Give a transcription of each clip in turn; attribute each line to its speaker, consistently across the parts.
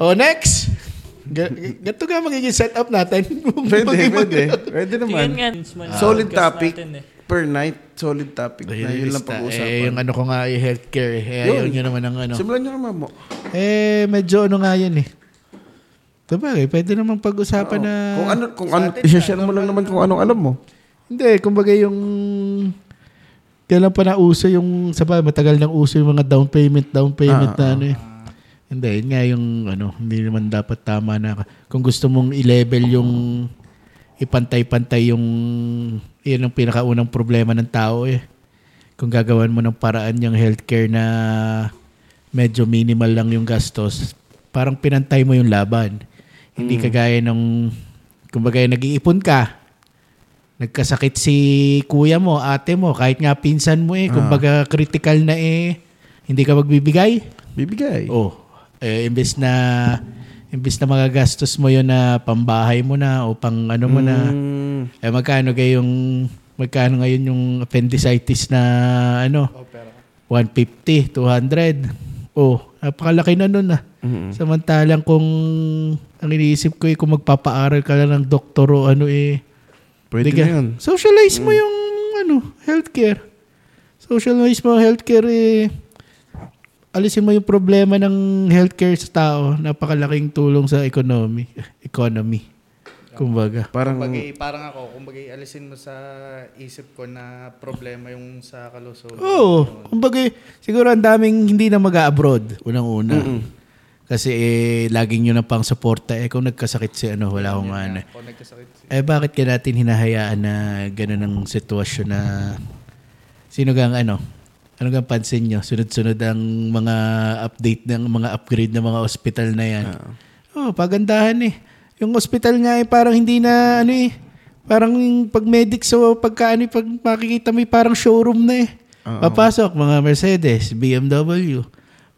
Speaker 1: O, Oh, next! Ga- ga- Ganito nga magiging setup natin.
Speaker 2: Pwede,
Speaker 1: Magiging-
Speaker 2: pwede. Pwede naman. Ah.
Speaker 3: Yun nga, since man-
Speaker 2: solid
Speaker 3: podcast
Speaker 2: topic
Speaker 3: natin eh.
Speaker 2: per night. Solid topic
Speaker 1: Dahil
Speaker 2: na yun lang
Speaker 1: lista,
Speaker 2: pag-uusapan.
Speaker 1: Eh, yung ano ko nga, eh, healthcare. Eh,
Speaker 2: Yun.
Speaker 1: yun. yun naman ang ano.
Speaker 2: Simulan nyo naman mo.
Speaker 1: eh, medyo ano nga yan eh. Sabagay, pwede naman pag-usapan na...
Speaker 2: kung ano, kung ano, isashare mo lang naman kung anong alam mo.
Speaker 1: Hindi, kumbaga yung... Kailan pa nauso yung... Sabay, matagal nang uso yung mga down payment, down payment na ano eh. Hindi, yun nga yung ano, hindi naman dapat tama na... Kung gusto mong i-level yung ipantay-pantay yung... Yun ang pinakaunang problema ng tao eh. Kung gagawan mo ng paraan yung healthcare na medyo minimal lang yung gastos, parang pinantay mo yung laban. Hindi kagaya nung... Kumbaga, nag-iipon ka, nagkasakit si kuya mo, ate mo, kahit nga pinsan mo eh, kumbaga critical na eh, hindi ka magbibigay.
Speaker 2: Bibigay.
Speaker 1: Oh, eh, imbes na imbes na magagastos mo yun na pambahay mo na o pang ano mo na,
Speaker 2: Mm,
Speaker 1: eh magkano kayong magkano ngayon yung appendicitis na ano? 150, 200. Oh, napakalaki na nun ah. Samantalang kung ang iniisip ko eh, kung magpapaaral ka lang ng doktor o ano eh,
Speaker 2: pwede
Speaker 1: Diga-
Speaker 2: na yun. Mm.
Speaker 1: Socialize mo yung ano, healthcare. Socialize mo healthcare eh. Alisin mo yung problema ng healthcare sa tao. Napakalaking tulong sa economy. Economy. Kumbaga.
Speaker 2: Parang,
Speaker 4: Kumbaga, parang ako, kumbaga, alisin mo sa isip ko na problema yung sa kalusugan.
Speaker 1: Oo. Oh, kumbaga, siguro ang daming hindi na mag-abroad. Unang-una. Kasi eh, laging yun ang pang suporta. Eh, kung nagkasakit si ano, wala akong ano.
Speaker 4: Kung nagkasakit.
Speaker 1: Eh bakit ka natin hinahayaan na gano'n ang sitwasyon na sino gang ano? Ano gang pansin nyo? Sunod-sunod ang mga update ng mga upgrade ng mga ospital na yan.
Speaker 2: Ah.
Speaker 1: Oh, pagandahan eh. Yung ospital nga eh, parang hindi na ano eh. Parang yung pag medic so pagka ano, eh, pag makikita mo eh, parang showroom na eh.
Speaker 2: ah,
Speaker 1: Papasok mga Mercedes, BMW,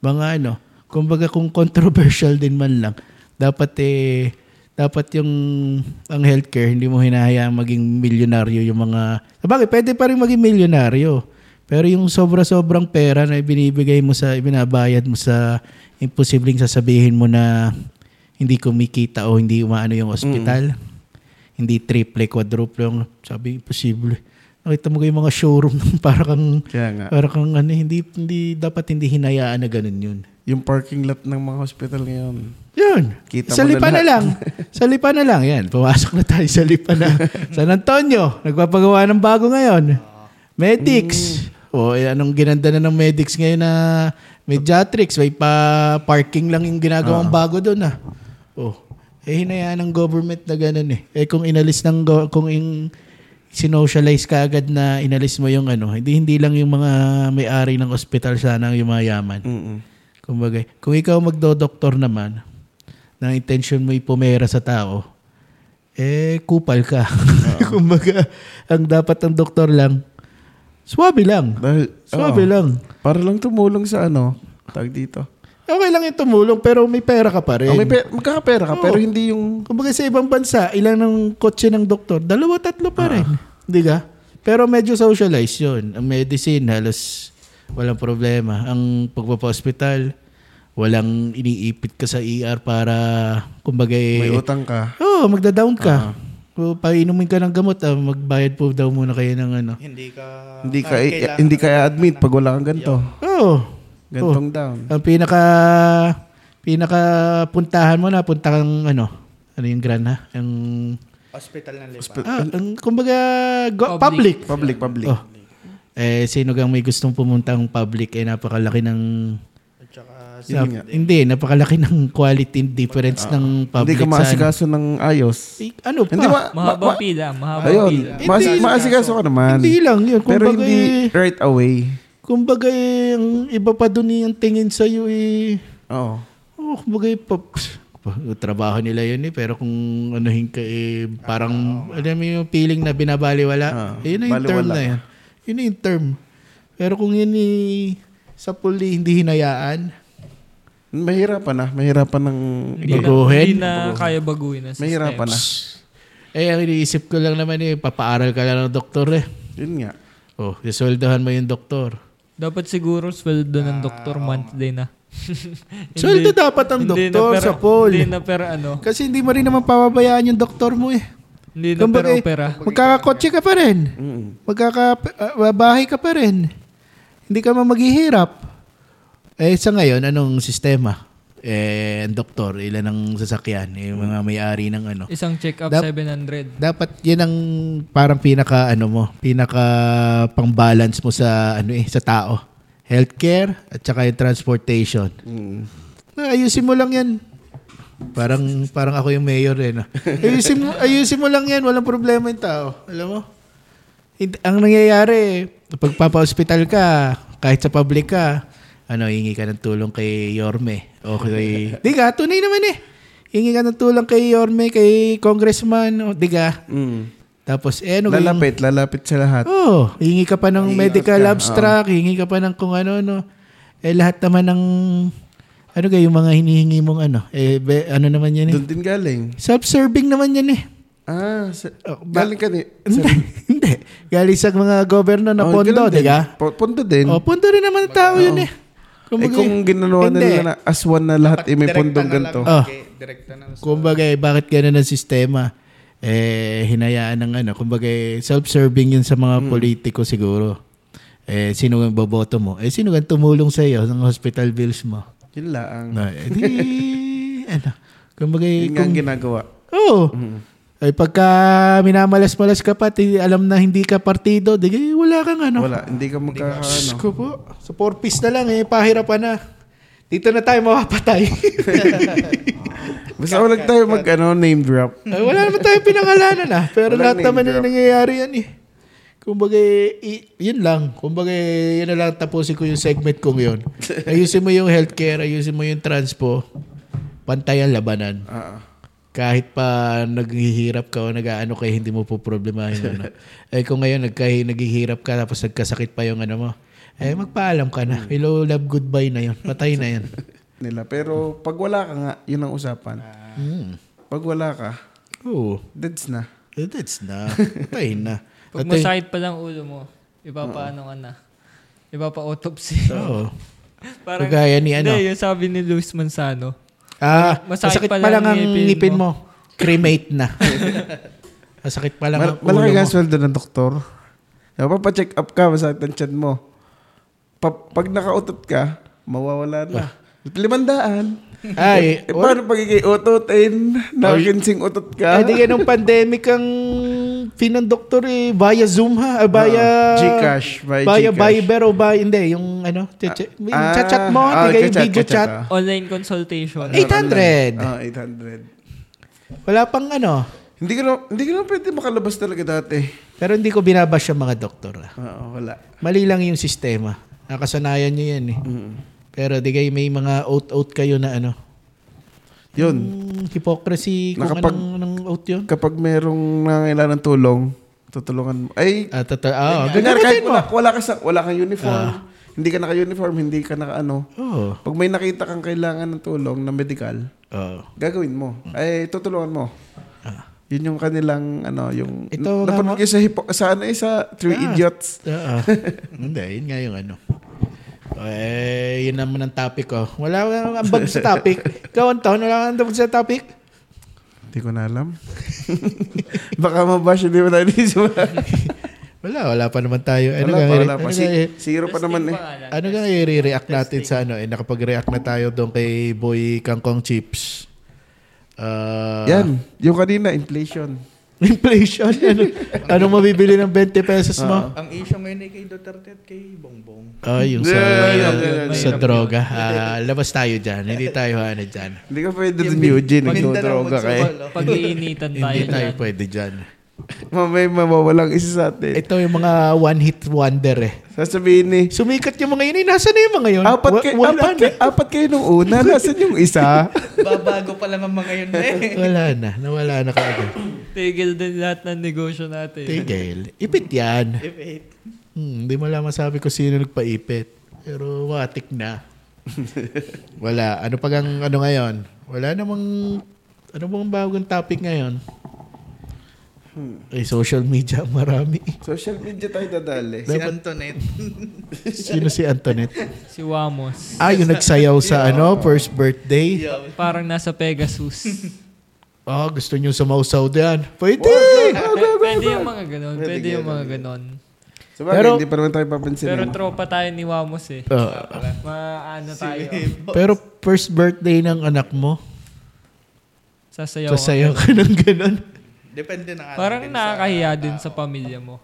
Speaker 1: mga ano. Kumbaga kung controversial din man lang, dapat eh dapat yung ang healthcare hindi mo hinahayaang maging milyonaryo yung mga Sabagay, pwede pa rin maging milyonaryo. Pero yung sobra-sobrang pera na ibinibigay mo sa ibinabayad mo sa imposibleng sasabihin mo na hindi kumikita o hindi umaano yung ospital. Hindi triple, quadruple yung sabi imposible. Nakita mo ko yung mga showroom ng para kang
Speaker 2: kaya nga.
Speaker 1: para kang ano hindi hindi dapat hindi hinayaan na ganun yun.
Speaker 2: Yung parking lot ng mga hospital ngayon.
Speaker 1: Yun.
Speaker 2: Kita
Speaker 1: sa
Speaker 2: mo na
Speaker 1: lipa na,
Speaker 2: lahat.
Speaker 1: lang. sa lipa na lang. Yan. Pumasok na tayo sa lipa na. San Antonio. Nagpapagawa ng bago ngayon. Medics.
Speaker 2: Mm.
Speaker 1: O eh, anong ginanda na ng medics ngayon na mediatrix. May pa parking lang yung ginagawang bago doon ah. O. Eh hinayaan ng government na ganun eh. Eh kung inalis ng go- kung in, sinosocialize ka agad na inalis mo yung ano, hindi hindi lang yung mga may-ari ng ospital sana ang yumayaman.
Speaker 2: Mm-mm.
Speaker 1: Kumbaga, kung ikaw magdo-doktor naman, na ang intention mo ipumera sa tao, eh, kupal ka. Kumbaga, ang dapat ng doktor lang, swabe lang.
Speaker 2: Dahil,
Speaker 1: Swabe
Speaker 2: oo.
Speaker 1: lang.
Speaker 2: Para lang tumulong sa ano, tag dito.
Speaker 1: Okay lang yung tumulong, pero Oh, may pera ka pa rin.
Speaker 2: Okay, pe- magkakapera ka, pero hindi yung...
Speaker 1: Kumbaga sa ibang bansa, ilan ng kotse ng doktor? Dalawa, tatlo pa rin. Hindi ka? Pero medyo socialized yun. Ang medicine, halos walang problema. Ang pagpapa-hospital, walang iniipit ka sa ER para, kumbaga, eh,
Speaker 2: May utang ka.
Speaker 1: Oo, oh, magda-down ka. Kung painumin ka ng gamot, ah, magbayad po daw muna kayo ng ano.
Speaker 4: Hindi ka...
Speaker 2: Hindi ka, Ah,
Speaker 4: kahit
Speaker 2: i-
Speaker 4: kailangan-
Speaker 2: hindi ka admit pag wala kang ganito.
Speaker 1: Oo. Oh,
Speaker 2: Gantong down.
Speaker 1: ang pinaka pinaka puntahan mo na punta kang ano ano yung gran ha ang
Speaker 4: Hospital na lipa.
Speaker 1: ah, ang kumbaga go- public.
Speaker 2: Public, public.
Speaker 1: Oh. Eh sino gang may gustong pumunta ang public eh napakalaki ng
Speaker 4: At saka,
Speaker 2: Yun nga. Ah.
Speaker 1: hindi napakalaki ng quality and difference ng
Speaker 2: Hindi
Speaker 1: public sa
Speaker 2: ka
Speaker 1: ano.
Speaker 2: maasikaso ng ayos.
Speaker 1: Eh, ano pa
Speaker 2: Hindi ma... ma-
Speaker 3: Mahabang
Speaker 2: ma-
Speaker 3: pila, mahabang
Speaker 2: ayun,
Speaker 3: pila.
Speaker 2: maas- maasikaso ka naman.
Speaker 1: hindi lang yun
Speaker 2: Pero
Speaker 1: kumbaga eh,
Speaker 2: hindi right away.
Speaker 1: Kumbaga eh, ang iba pa doon eh, ang tingin sa iyo eh.
Speaker 2: Oo.
Speaker 1: Oh, kumbaga eh, pa, pss, pa- trabaho nila yun eh. Pero kung anuhin ka eh, parang, alam mo yung feeling na binabaliwala.
Speaker 2: Ah,
Speaker 1: eh, yun na yung term
Speaker 2: baliwala.
Speaker 1: na yan. Yun na yung term. Pero kung yun eh, sa puli hindi hinayaan,
Speaker 2: Mahirapan na. Mahirapan ng...
Speaker 3: Hindi na-
Speaker 1: Baguhin?
Speaker 3: Hindi na kaya baguhin ang system.
Speaker 2: Mahirapan ah. na.
Speaker 1: eh, ang iniisip ko lang naman eh, papaaral ka lang ng doktor eh.
Speaker 2: Yun nga.
Speaker 1: Oh, isweldohan mo yung doktor.
Speaker 3: Dapat siguro sweldo ng
Speaker 4: Ah,
Speaker 3: doktor
Speaker 4: oo
Speaker 3: monthly na.
Speaker 1: Sweldo dapat ang doktor sa poll.
Speaker 3: Hindi na per ano.
Speaker 1: Kasi hindi mo rin naman pababayaan yung doktor mo eh.
Speaker 3: Hindi na per
Speaker 1: Kumbaga,
Speaker 3: opera.
Speaker 1: magkakakotse ka pa rin.
Speaker 2: Mm.
Speaker 1: Magkaka, ah, bahay ka pa rin. Hindi ka man maghihirap. Eh, sa ngayon, anong sistema? Eh, ang doktor, ilan ang sasakyan? Eh, yung mga may-ari ng ano.
Speaker 3: Isang check-up,
Speaker 1: Dap-
Speaker 3: 700.
Speaker 1: Dapat yun ang parang pinaka ano mo, pinaka pang-balance mo sa ano eh, sa tao. Healthcare at saka yung transportation.
Speaker 2: Mm.
Speaker 1: Ayusin mo lang 'yan. Parang parang ako yung mayor eh. No? Ayusin mo, ayusin mo lang 'yan, walang problema yung tao. Alam mo? Hindi- Ang nangyayari, pag papa-hospital ka, kahit sa public ka, ano, hingi ka ng tulong kay Yorme. O kay... Diga, tunay naman eh. Hingi ka ng tulong kay Yorme, kay Congressman. O, diga.
Speaker 2: Mm.
Speaker 1: Tapos, eh, ano ba yung-
Speaker 2: Lalapit, lalapit sa lahat.
Speaker 1: Oo. Oh, hingi ka pa ng
Speaker 2: Hingi
Speaker 1: medical
Speaker 2: ka,
Speaker 1: abstract, hingi ka pa ng kung ano, no. Eh, lahat naman ng, ano kayo, yung mga hinihingi mong ano, eh, be- ano naman yan eh.
Speaker 2: Doon din galing.
Speaker 1: Self-serving naman yan eh.
Speaker 2: Ah, sa-
Speaker 1: Oh, ba-
Speaker 2: galing ka din.
Speaker 1: Hindi, hindi. Galing sa mga gobyerno na Ano, pondo, di ka?
Speaker 2: Pondo Oh, din.
Speaker 1: O, pondo rin naman ang tao yun eh.
Speaker 2: eh
Speaker 1: Kumbaga,
Speaker 2: kung ginawa
Speaker 1: Hindi.
Speaker 2: nila na as one na lahat, eh, may
Speaker 4: Direkta
Speaker 2: pondong
Speaker 4: na lang,
Speaker 2: ganito.
Speaker 1: Ah.
Speaker 4: okay, direkta na lang sa-
Speaker 1: kumbaga, eh, bakit ganun ang sistema? Eh, hinayaan ng ano. Kumbaga, eh, self-serving yun sa mga politiko siguro. Eh, sino ang boboto mo? Eh, sino ang tumulong sa'yo ng hospital bills mo?
Speaker 2: Yun lang.
Speaker 1: Na, eh, di, ano, kumbaga,
Speaker 2: Yun nga
Speaker 1: kung,
Speaker 2: ang ginagawa.
Speaker 1: oo. Ay, pagka minamalas-malas ka pa, ti- alam na hindi ka partido, di, eh, wala kang ano.
Speaker 2: Wala, hindi ka magkaka...
Speaker 1: Diyos
Speaker 2: ano.
Speaker 1: ko po. Sa four piece na lang, eh, pahirapan na. Dito na tayo mapapatay.
Speaker 2: Basta wala tayo mag ano, name drop.
Speaker 1: Ay, wala naman tayong pinangalanan ah. Pero
Speaker 2: Walang
Speaker 1: lahat naman
Speaker 2: name
Speaker 1: yung
Speaker 2: drop.
Speaker 1: nangyayari yan eh. Kumbaga, i- yun lang. Kumbaga, yun na lang tapusin ko yung segment kong yun. Ayusin mo yung healthcare, ayusin mo yung transpo. Pantay ang labanan.
Speaker 2: Ah,
Speaker 1: kahit pa naghihirap ka o nag-aano kayo, hindi mo po problemahin. Ano. eh kung ngayon nagkay, naghihirap ka tapos nagkasakit pa yung ano mo, eh magpaalam ka na. Hello, love, goodbye na yun. Patay na yun.
Speaker 2: nila. Pero pag wala ka nga, yun ang usapan.
Speaker 1: Mm.
Speaker 2: Pag wala ka,
Speaker 1: Oo.
Speaker 2: deads na.
Speaker 1: Eh, That's na. Patay na.
Speaker 3: Pag
Speaker 1: Patay-
Speaker 3: masakit pa lang ulo mo, ipapaano ka na. Ipapa-autopsy.
Speaker 1: Oo.
Speaker 3: Parang,
Speaker 1: Kagaya ni ano.
Speaker 3: Hindi, yung sabi ni Luis Manzano.
Speaker 1: Ah,
Speaker 3: Masakit
Speaker 1: masakit,
Speaker 3: pa
Speaker 1: pa lang
Speaker 3: lang
Speaker 1: ang ngipin
Speaker 3: ngipin
Speaker 1: mo. Cremate na. masakit pa lang ang
Speaker 2: Mal-
Speaker 1: ulo mo.
Speaker 2: malaki ang sweldo ng doktor. Kaya Papacheck up ka, masakit ang tiyan mo. Pa- pag nakautot ka, mawawala na. Limandaan.
Speaker 1: Ay, oh,
Speaker 2: Eh, paano pag ikay-utotin? Nakikinsing utot ka?
Speaker 1: Eh, di ganun pandemic ang finang doktor eh. Via Zoom ha. Ah, via...
Speaker 2: Oo. Gcash, via
Speaker 1: Via
Speaker 2: Gcash.
Speaker 1: Viber o via... Hindi, yung ano. Cheche, yung
Speaker 2: Ah,
Speaker 1: chat-chat mo.
Speaker 2: ah,
Speaker 1: Ah, yung
Speaker 2: chat-chat,
Speaker 1: video chat.
Speaker 2: chat-chat, ah.
Speaker 3: Online consultation.
Speaker 1: Eh, 800.
Speaker 2: Ah, 800.
Speaker 1: Wala pang ano.
Speaker 2: Hindi ko na, hindi ko na pwede makalabas talaga dati.
Speaker 1: Pero hindi ko binabash yung mga doktor. ah.
Speaker 2: Oo, wala.
Speaker 1: Mali lang yung sistema. Nakasanayan nyo yan eh. Pero di kayo may mga out-out kayo na ano.
Speaker 2: Yun.
Speaker 1: Mm, hypocrisy. Kung
Speaker 2: Nakapag-
Speaker 1: anong, anong out yun.
Speaker 2: Kapag merong nangailangan ng tulong, tutulungan mo. Ay,
Speaker 1: Ah, totoo. Ah,
Speaker 2: kunyari, kahit
Speaker 1: gagamitin mo. Ah.
Speaker 2: wala, wala, ka sa, wala kang uniform. Hindi ka naka-uniform, hindi ka naka-ano.
Speaker 1: Oo.
Speaker 2: Pag may nakita kang kailangan ng tulong na medical,
Speaker 1: Oo.
Speaker 2: gagawin mo. Ay, tutulungan mo. Yun yung kanilang, ano, yung...
Speaker 1: Ah. Ito nga
Speaker 2: napanood
Speaker 1: mo-
Speaker 2: ko sa, hipo, sa ano, eh, sa Three
Speaker 1: Ah.
Speaker 2: Idiots.
Speaker 1: Oo. Hindi, yun nga yung ano. Eh, yun naman ang topic ko. Wala wala ang bag sa topic. Ikaw, Anton, wala kang bag sa topic?
Speaker 2: Hindi ko na alam. Baka mabash, hindi mo na inisip.
Speaker 1: Wala, wala pa naman tayo. Ano
Speaker 2: wala
Speaker 1: ka,
Speaker 2: pa, wala pa.
Speaker 1: Ano
Speaker 2: Si,
Speaker 1: ka,
Speaker 2: zero pa naman eh.
Speaker 1: ano ka, i-react natin sa ano? Eh, nakapag-react na tayo doon kay Boy Kangkong Chips. Ah,
Speaker 2: Yan. Yung kanina, inflation.
Speaker 1: Inflation. Ano, anong mabibili ng 20 pesos
Speaker 2: Ah.
Speaker 1: mo?
Speaker 4: Ang issue ngayon ay kay Duterte at kay Bongbong.
Speaker 1: Ah, yung sa,
Speaker 2: Yeah, yeah, yeah, yeah,
Speaker 1: sa
Speaker 3: yeah.
Speaker 1: droga. Ah, labas tayo dyan. Hindi tayo ano dyan.
Speaker 2: Hindi ka pwede dun, Eugene. Nagdodroga ka eh.
Speaker 3: Pag-iinitan tayo.
Speaker 1: Hindi tayo
Speaker 3: dyan.
Speaker 1: pwede dyan.
Speaker 2: Mamay, mawawalang isa sa atin.
Speaker 1: Ito yung mga one-hit wonder eh.
Speaker 2: Sasabihin ni,
Speaker 1: Sumikat yung mga yun. Eh, Nasaan na yung mga yun?
Speaker 2: apat,
Speaker 1: Wa-
Speaker 2: kay,
Speaker 1: wala
Speaker 2: apat,
Speaker 1: na.
Speaker 2: kay, apat kayo nung una. Nasaan yung isa?
Speaker 4: Babago pa lang ang mga yun na eh.
Speaker 1: Wala na. Nawala na kaagad.
Speaker 3: Tigil din lahat ng negosyo natin.
Speaker 1: Tigil. Ipit yan. Hmm, Hindi mo lang masabi ko sino nagpaipit. Pero watik na. wala. Ano pag ang ano ngayon? Wala namang... Ano bang bagong topic ngayon?
Speaker 2: Hmm.
Speaker 1: Ay, social media, marami.
Speaker 2: Social media tayo dadali.
Speaker 4: Si Antoinette.
Speaker 1: Sino si Antoinette?
Speaker 3: Si Wamos.
Speaker 1: Ah, yung nagsayaw sa ano, first birthday.
Speaker 4: Yeah.
Speaker 3: Parang nasa Pegasus.
Speaker 1: Ah, gusto niyo sumausaw diyan. Pwede!
Speaker 3: pwede yung mga ganon.
Speaker 2: Pwede
Speaker 3: Pwede yung
Speaker 2: ganun,
Speaker 3: mga ganon.
Speaker 2: Sa bagay,
Speaker 1: Pero-
Speaker 2: hindi pa naman tayo papansin.
Speaker 3: Pero tropa tayo ni Wamos eh.
Speaker 1: Ah,
Speaker 3: Maano tayo.
Speaker 1: pero first birthday ng anak mo,
Speaker 3: Sasayaw. ka.
Speaker 1: sasayaw ka ng ganun.
Speaker 4: Depende na.
Speaker 3: Parang nakakahiya din sa pamilya mo.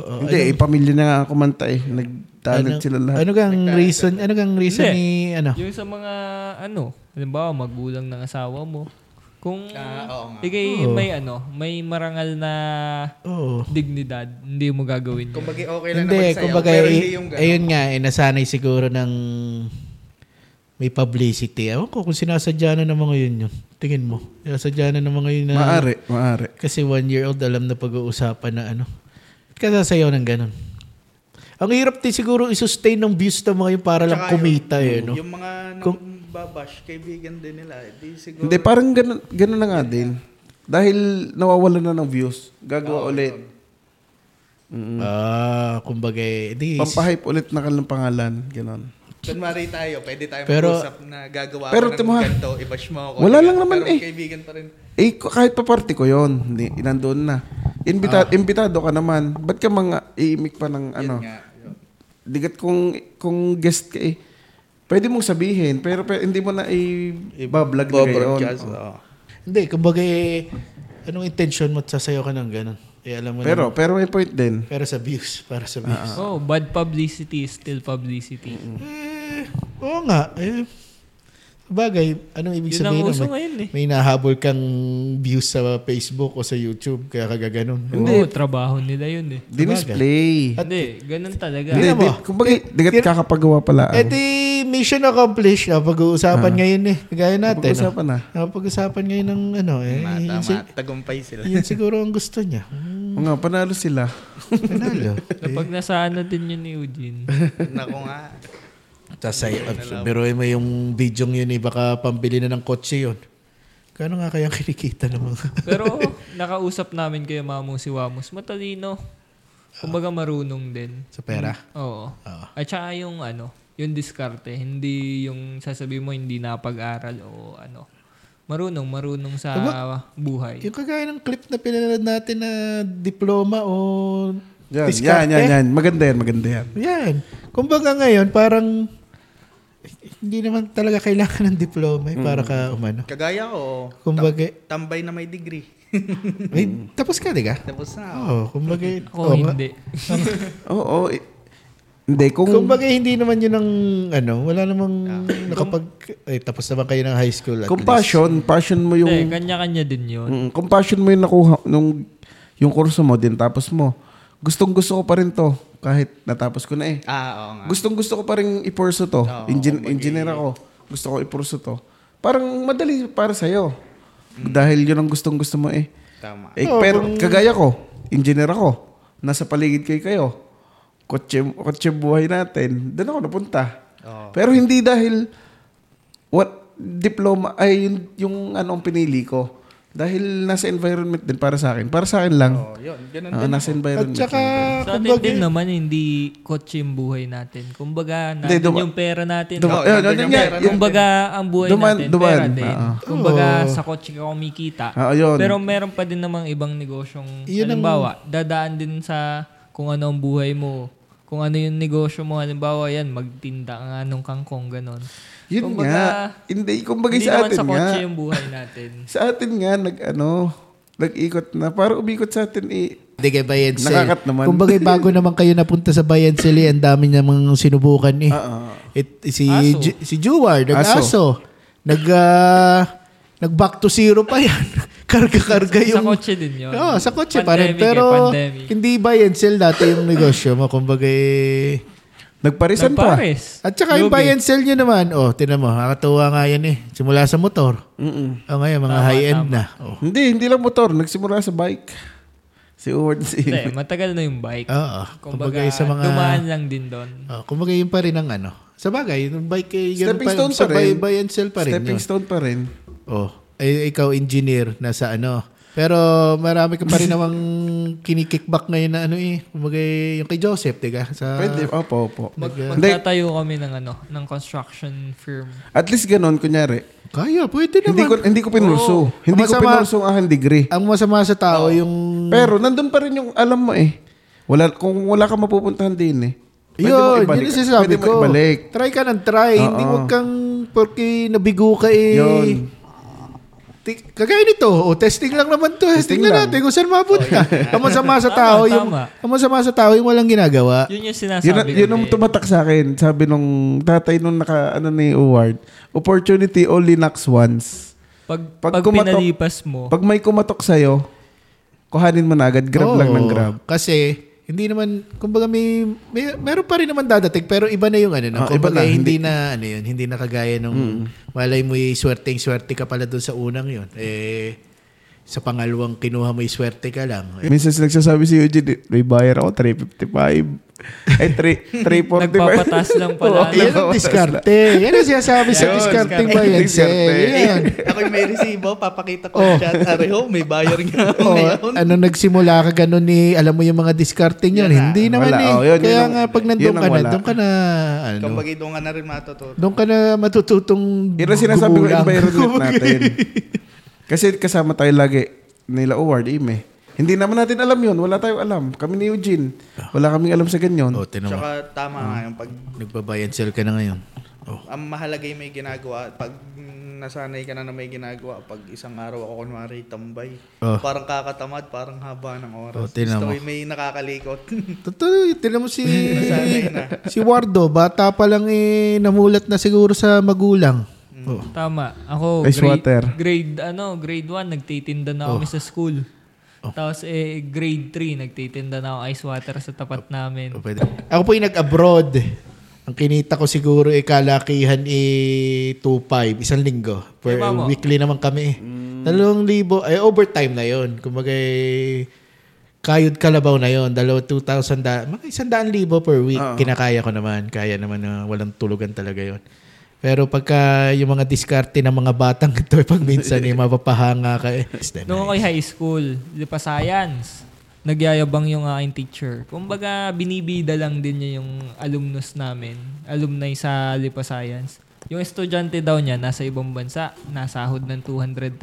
Speaker 1: Oo,
Speaker 2: hindi, eh, pamilya na nga kumanta eh. Nagtalent sila lahat.
Speaker 1: Ano gang reason, ano gang reason
Speaker 3: Hindi.
Speaker 1: ni ano?
Speaker 3: Yung sa mga ano, halimbawa magulang ng asawa mo. Kung
Speaker 4: Ah, oo nga.
Speaker 3: ikay
Speaker 1: Oo.
Speaker 3: may ano, may marangal na
Speaker 1: Oo.
Speaker 3: dignidad, hindi mo gagawin yun.
Speaker 4: Kumbaga okay lang
Speaker 1: Hindi,
Speaker 4: na magsayaw.
Speaker 1: kumbaga,
Speaker 4: pero
Speaker 1: eh,
Speaker 4: hindi yung ganun.
Speaker 1: ayun nga, eh, nasanay siguro ng may publicity. Ewan ko kung sinasadya na ng mga yun yun. Tingin mo, sinasadya na ng mga yun na...
Speaker 2: Maari, maari.
Speaker 1: Kasi one year old, alam na pag-uusapan na ano. Ba't ka sasayaw ng ganun? Ang hirap din siguro i-sustain ng views na mga yun para lang
Speaker 4: Tsaka
Speaker 1: kumita eh, no?
Speaker 4: Yung mga nang
Speaker 1: Kung-
Speaker 4: babash, kaibigan din nila. eh, Di siguro.
Speaker 2: Hindi, parang ganun, ganun na nga din. Dahil nawawala na ng views, gagawa ulit. Mm.
Speaker 1: Ah, kumbaga, eh, di,
Speaker 2: Pampahype ulit na kanilang pangalan. Ganun.
Speaker 4: Kunwari tayo, pwede tayo
Speaker 1: Pero-
Speaker 4: mag-usap na gagawa
Speaker 2: pero
Speaker 4: ko ng
Speaker 2: timuha-
Speaker 4: ganito, i-bash mo ako.
Speaker 2: Wala
Speaker 4: Ganyan.
Speaker 2: lang naman
Speaker 4: pero
Speaker 2: eh.
Speaker 4: kaibigan pa rin.
Speaker 2: Eh, ko- kahit pa party ko yon hindi, nandun na. Invita- Imbitado ka naman. Ba't ka mga iimik pa ng ano?
Speaker 4: Nga, yun.
Speaker 2: Digat kung, kung guest ka eh. Pwede mong sabihin, pero pe- hindi mo na i-vlog na ngayon.
Speaker 4: Broadcast,
Speaker 2: Oh.
Speaker 4: oo.
Speaker 1: hindi, kumbaga, eh, anong intention mo at sasayaw ka ng ganun? Eh, alam mo na-
Speaker 2: Pero, Ah, pero may point din.
Speaker 1: pero sa views, para sa views.
Speaker 3: Oh, bad publicity is still publicity.
Speaker 1: Eh, oo nga. Eh, bagay, anong ibig
Speaker 3: Yun ang
Speaker 1: sabihin? nun?
Speaker 3: uso
Speaker 1: May-
Speaker 3: ngayon eh.
Speaker 1: May nahabol kang views sa Facebook o sa YouTube, kaya kagaganon.
Speaker 2: Hindi.
Speaker 3: Oo, trabaho nila yun eh.
Speaker 2: Dinisplay.
Speaker 3: Hindi, ganun talaga.
Speaker 2: Hindi,
Speaker 1: Tingnan mo.
Speaker 2: di, kumbaga, digat kakapagawa pala. ah.
Speaker 1: Eh di, mission accomplished. Ah, pag-uusapan ngayon eh. Gaya natin. ah. Pag-uusapan,
Speaker 2: Pag-usapan na.
Speaker 1: pag-uusapan ngayon ng ano eh.
Speaker 4: Tama,
Speaker 1: yun
Speaker 4: tama.
Speaker 1: si-
Speaker 4: Tagumpay sila.
Speaker 1: yun siguro ang gusto niya. Hmm,
Speaker 2: Oo nga, panalo sila.
Speaker 1: Panalo.
Speaker 3: Kapag nasa ano din yun ni Eugene.
Speaker 4: Naku nga.
Speaker 1: Tasay, biroy ah, mo yung video yun eh. Baka pambili na ng kotse yun. Kano nga kaya kinikita ng mga...
Speaker 3: Pero nakausap namin kay Mamu si Wamos. Matalino. Kumbaga marunong din.
Speaker 1: sa pera?
Speaker 3: Oo.
Speaker 2: Ah.
Speaker 1: Oo.
Speaker 3: At saka yung ano, yung diskarte. Hindi yung sasabi mo hindi napag-aral o ano. Marunong, marunong sa buhay.
Speaker 1: Yung kagaya ng clip na pinanood natin na diploma o
Speaker 2: Yan,
Speaker 1: diskarte.
Speaker 2: yan, yan, yan. Maganda yan, maganda yan.
Speaker 1: Yan. Kumbaga ngayon, parang hindi naman talaga kailangan ng diploma eh,
Speaker 2: Mm.
Speaker 1: para ka umano.
Speaker 4: Kagaya ko,
Speaker 1: Kumbaga,
Speaker 4: tambay na may degree.
Speaker 1: eh, tapos ka, di ka?
Speaker 4: Tapos na. oh.
Speaker 1: Oo, kumbaga,
Speaker 3: Ako
Speaker 1: oo nga.
Speaker 3: hindi.
Speaker 2: Oo. eh, hindi, kung...
Speaker 1: Kumbaga, hindi naman yun ang, ano, wala
Speaker 3: Ah.
Speaker 1: namang nakapag, eh, tapos naman kayo ng high school at
Speaker 2: kung
Speaker 1: least.
Speaker 2: passion, passion mo yung...
Speaker 3: Hindi, kanya-kanya din yun.
Speaker 2: Mm, kung passion mo yung nakuha, nung, yung kurso mo din, tapos mo. Gustong gusto ko pa rin to, kahit natapos ko na eh.
Speaker 4: Ah, oo nga.
Speaker 2: Gustong gusto ko pa rin ipurso to.
Speaker 4: Oo,
Speaker 2: Engin-
Speaker 4: kumbaga,
Speaker 2: engineer ako. Gusto ko ipurso to. Parang madali para sa'yo. Dahil yun ang gustong gusto mo eh.
Speaker 4: Tama.
Speaker 2: Eh, pero kagaya ko, engineer ako. Nasa paligid kayo kayo. Kotse, kotse buhay natin. Doon ako napunta.
Speaker 4: Oo.
Speaker 2: Pero hindi dahil what diploma ay yung, yung ano ang pinili ko. Dahil nasa environment din para sa akin. Para sa akin lang.
Speaker 4: Oh, yun. Ganun
Speaker 2: Ah,
Speaker 4: din.
Speaker 2: nasa
Speaker 1: At
Speaker 2: environment.
Speaker 1: saka,
Speaker 3: Sa atin
Speaker 1: kumbaga,
Speaker 3: din naman, hindi kotse yung buhay natin. Kumbaga,
Speaker 2: Hindi,
Speaker 3: natin
Speaker 2: duma-
Speaker 3: yung pera natin.
Speaker 2: Duma-
Speaker 4: Oo,
Speaker 2: yun,
Speaker 4: nandun
Speaker 2: yun
Speaker 4: yung
Speaker 2: ah, nga,
Speaker 4: pera
Speaker 2: yung-
Speaker 3: Kumbaga, ang buhay
Speaker 2: Duman-
Speaker 3: natin,
Speaker 2: duman,
Speaker 3: pera din.
Speaker 2: oo.
Speaker 3: Kumbaga,
Speaker 1: Oo.
Speaker 3: sa kotse ka kumikita.
Speaker 2: Ah, yun.
Speaker 3: Pero meron pa din namang ibang negosyong,
Speaker 1: Yun ang-
Speaker 3: halimbawa, dadaan din sa kung ano ang buhay mo. Kung ano yung negosyo mo, halimbawa yan, magtinda ka nga nung kangkong, ganon.
Speaker 2: yun
Speaker 3: kumbaga,
Speaker 2: nga. Hindi, kumbaga
Speaker 3: Hindi
Speaker 2: sa
Speaker 3: naman
Speaker 2: atin
Speaker 3: sa
Speaker 2: nga.
Speaker 3: kotse yung buhay natin.
Speaker 2: Sa atin nga, nag ano, nag-ikot na. Para umikot sa atin eh.
Speaker 1: Hindi kay buy and sell.
Speaker 2: Nakakat naman.
Speaker 1: Kumbaga, bago naman kayo napunta sa buy and sell, eh, ang dami namang sinubukan eh. It, si,
Speaker 3: Aso.
Speaker 1: Ju- si Juwar, nag-aso.
Speaker 2: Aso.
Speaker 1: Nag, ah, nag-back to zero pa yan. Karga-karga
Speaker 3: sa
Speaker 1: yung...
Speaker 3: kotse din yun.
Speaker 1: Oo, sa kotse
Speaker 3: pandemic
Speaker 1: pa rin.
Speaker 3: eh,
Speaker 1: Pero
Speaker 3: pandemic.
Speaker 1: hindi buy and sell dati yung negosyo mo. Kumbaga, eh,
Speaker 2: Nagparisan pa.
Speaker 3: Nagpares.
Speaker 1: at saka yung buy and sell nyo naman, oh, tinan mo, nakatuwa nga yan eh. Simula sa motor.
Speaker 2: Mm-mm.
Speaker 1: Oh, ngayon, mga high-end na. Oh.
Speaker 2: Hindi, hindi lang motor. Nagsimula sa bike. Si Howard si
Speaker 3: Hindi, matagal na yung bike.
Speaker 1: Oo.
Speaker 3: Kumbaga,
Speaker 1: Kumbaga, sa mga...
Speaker 3: dumaan lang din doon.
Speaker 1: Oh, kumbaga yun pa rin ang ano. Sa bagay, yung bike kay ganun
Speaker 2: Stepping stone
Speaker 1: sa
Speaker 2: pa rin.
Speaker 1: buy, buy and sell pa rin.
Speaker 2: Stepping
Speaker 1: yun.
Speaker 2: stone pa rin.
Speaker 1: Oh, ay, ikaw engineer nasa ano, Pero marami ka pa rin namang kinikickback ngayon na ano eh. Kumbaga yung kay Joseph, diga? Sa,
Speaker 2: Pwede, opo, opo.
Speaker 3: Mag,
Speaker 2: Hindi.
Speaker 3: magtatayo kami ng ano, ng construction firm.
Speaker 2: At least ganun, kunyari.
Speaker 1: Kaya, pwede naman.
Speaker 2: Hindi ko, hindi ko pinurso. Hindi ko
Speaker 1: Masama.
Speaker 2: pinurso ang hand degree.
Speaker 1: Ang masama sa tao, yung
Speaker 2: Pero nandun pa rin yung alam mo eh. Wala, kung wala ka mapupuntahan din eh. Pwede mo
Speaker 1: Yun,
Speaker 2: ibalik.
Speaker 1: yun ang sinasabi
Speaker 2: Pwede mo
Speaker 1: ko.
Speaker 2: ibalik.
Speaker 1: Try ka ng try.
Speaker 2: Oo.
Speaker 1: Hindi huwag kang, porque nabigo ka eh.
Speaker 2: Yun.
Speaker 1: Ti- Kagaya nito, o testing lang naman to. Testing,
Speaker 2: Testing
Speaker 1: na
Speaker 2: lang.
Speaker 1: natin kung saan mapunta. Ang masama sa
Speaker 3: Tama,
Speaker 1: tao, yung,
Speaker 3: tama.
Speaker 1: ang masama sa tao yung walang ginagawa.
Speaker 3: Yun yung
Speaker 2: Ah, Yun,
Speaker 3: sinasabi
Speaker 2: yun
Speaker 3: ko.
Speaker 2: ang
Speaker 3: eh.
Speaker 2: tumatak sa akin. Sabi nung tatay nung naka, ano ni award, opportunity only knocks once.
Speaker 3: Pag,
Speaker 2: Pag
Speaker 3: pag,
Speaker 2: kumatok-
Speaker 3: pinalipas mo,
Speaker 2: Pag may kumatok sa'yo, kuhanin mo na agad. Grab
Speaker 1: Oo,
Speaker 2: lang ng grab.
Speaker 1: Kasi, hindi naman, kumbaga may, may, meron pa rin naman dadating, pero iba na yung ano, no?
Speaker 2: Ah, iba
Speaker 1: kumbaga
Speaker 2: na, Mm.
Speaker 1: hindi, na, ano yun, hindi na kagaya nung, malay mo yung swerte, swerte ka pala doon sa unang yun. Eh, sa pangalawang kinuha mo yung swerte ka lang. Eh,
Speaker 2: Minsan nagsasabi si Eugene, may bayar ako, Eh, 355. Ay, 3, 345.
Speaker 3: Nagpapatas lang pala.
Speaker 2: Oo,
Speaker 1: Yan ang diskarte. Yan ang sinasabi sa
Speaker 2: Ah, Yun,
Speaker 1: diskarte
Speaker 2: diskarte.
Speaker 1: ba yan?
Speaker 2: Diskarte.
Speaker 1: Yan.
Speaker 4: Ako yung may resibo, papakita ko oh. chat. Aray, oh, may buyer nga ako
Speaker 1: Oh,
Speaker 4: ngayon.
Speaker 1: ano nagsimula ka ganun ni alam mo yung mga diskarte yun.
Speaker 4: Yan na.
Speaker 1: Hindi naman
Speaker 2: Wala.
Speaker 1: eh.
Speaker 2: Oh, yun,
Speaker 1: Kaya
Speaker 2: yun ang-
Speaker 1: nga pag
Speaker 2: yun
Speaker 1: nandun
Speaker 2: ang
Speaker 1: ka na,
Speaker 2: wala.
Speaker 1: doon ka na ano,
Speaker 4: Kapag doon ka na rin matututo.
Speaker 1: doon ka na matututong
Speaker 2: Yun ang sinasabi ko
Speaker 1: gugulang.
Speaker 2: environment natin. Kasi kasama tayo lagi nila award, ime. Hindi naman natin alam yun. Wala tayong alam. Kami ni Eugene, wala kaming alam sa ganyan.
Speaker 1: oh, tinan mo.
Speaker 4: Tsaka tama nga yung pag
Speaker 1: Nagbabayad sell ka na ngayon. Oh.
Speaker 4: ang mahalaga yung may ginagawa. Pag nasanay ka na na may ginagawa, pag isang araw ako kunwari tambay,
Speaker 1: Oh.
Speaker 4: parang kakatamad, parang haba ng oras.
Speaker 1: Oh, tingnan
Speaker 4: Gusto
Speaker 1: mo.
Speaker 4: ko yung may nakakalikot.
Speaker 1: Totoo, yun. tinan mo si
Speaker 4: nasanay na.
Speaker 1: si Wardo, bata pa lang eh namulat na siguro sa magulang.
Speaker 2: Mm.
Speaker 1: Oh.
Speaker 3: Tama. Ako,
Speaker 2: Ice
Speaker 3: grade,
Speaker 2: water. Oh.
Speaker 3: grade, ano, grade 1, nagtitinda na kami sa school. Tapos, eh, grade 3, nagtitinda na ako ice water sa
Speaker 2: Oh.
Speaker 3: tapat namin.
Speaker 1: O, pwede. Ako po yung nag-abroad. Ang kinita ko siguro eh, kalakihan eh, 2.5, isang linggo. Per,
Speaker 3: Tama mo.
Speaker 1: weekly naman kami eh. Dalawang libo, ay overtime na yon Kumbaga eh, kayod kalabaw na yon Dalawa 2,000, da, mga isang daan libo per week. Kinakaya ko naman. Kaya naman na walang tulugan talaga yon Pero pagka yung mga diskarte ng mga batang ito, eh, pag minsan eh, mapapahanga ka eh. It's them,
Speaker 3: Noong ako'y high school, di pa science. Nagyayabang yung aking teacher. Kumbaga, binibida lang din niya yung alumnus namin. Alumni sa Lipa Science. Yung estudyante daw niya, nasa ibang bansa, nasahod ng 200,000.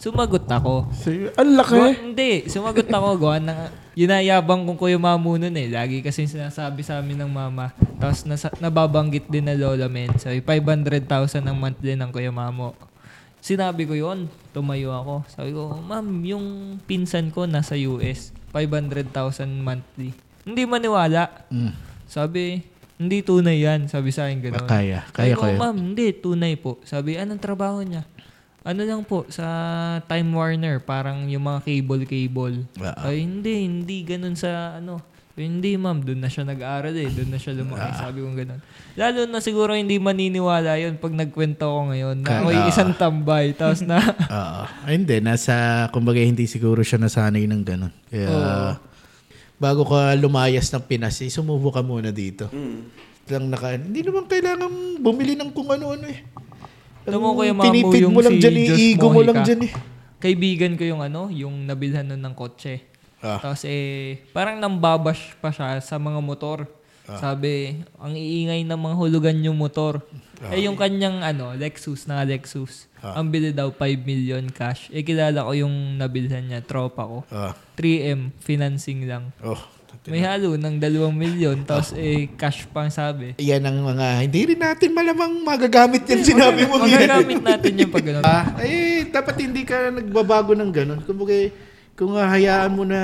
Speaker 3: Sumagot ako.
Speaker 2: So, ang
Speaker 3: Gawa-
Speaker 2: laki.
Speaker 3: hindi, sumagot ako. Gawa na, yinayabang kong kuya mamu nun eh. Lagi kasi sinasabi sa amin ng mama. Tapos nasa, nababanggit din na lola men. Sabi, 500,000 ang monthly ng kuya mamu. Sinabi ko yon tumayo ako. Sabi ko, ma'am, yung pinsan ko nasa US, 500,000 monthly. Hindi maniwala. Sabi, hindi tunay yan. Sabi sa akin gano'n.
Speaker 1: Mm. Kaya. Kaya ko
Speaker 3: Sabi ko,
Speaker 1: yun.
Speaker 3: ma'am, hindi, tunay po. Sabi, anong trabaho niya? Ano lang po, sa Time Warner, parang yung mga cable-cable.
Speaker 1: Ah.
Speaker 3: Ay, hindi, hindi ganun sa ano. Sabi, Hindi, ma'am, doon na siya nag-aaral eh. Doon na siya lumaki.
Speaker 1: Ah.
Speaker 3: Sabi kong ganun. Lalo na siguro hindi maniniwala yun pag nagkwento ko ngayon na ako'y isang tambay. Tapos na,
Speaker 1: Oo. Ay, Ah, hindi. Nasa, kumbaga, hindi siguro siya nasanay ng ganun. Kaya, bago ka lumayas ng Pinas, eh, sumubo ka muna dito.
Speaker 3: Mm.
Speaker 1: Lang naka, hindi naman kailangan bumili ng kung ano-ano eh.
Speaker 3: alam mo ko yung mga
Speaker 1: Pinipid
Speaker 3: yung
Speaker 1: mo lang
Speaker 3: si
Speaker 1: dyan,
Speaker 3: Diyos
Speaker 1: iigo mo lang
Speaker 3: Mojica.
Speaker 1: dyan eh.
Speaker 3: Kaibigan ko yung ano, yung nabilhan nun ng kotse.
Speaker 1: Ah.
Speaker 3: Tapos eh, parang nambabash pa siya sa mga motor.
Speaker 1: Ah.
Speaker 3: Sabi, ang iingay ng mga hulugan yung motor.
Speaker 1: Ah.
Speaker 3: Eh yung kanyang ano, Lexus, na Lexus. Ang bili daw 5 million cash. Eh kilala ko yung nabilhan niya, tropa ko.
Speaker 1: Ah.
Speaker 3: 3M, financing lang.
Speaker 1: Oh.
Speaker 3: May halo ng 2 million, tapos eh cash pang sabi.
Speaker 1: Yan ang mga, hindi rin natin malamang magagamit yung sinabi mo.
Speaker 3: Magagamit natin yung pag ganun.
Speaker 1: Ah, eh, dapat hindi ka nagbabago ng ganun. Kumbaga, kung hayaan mo na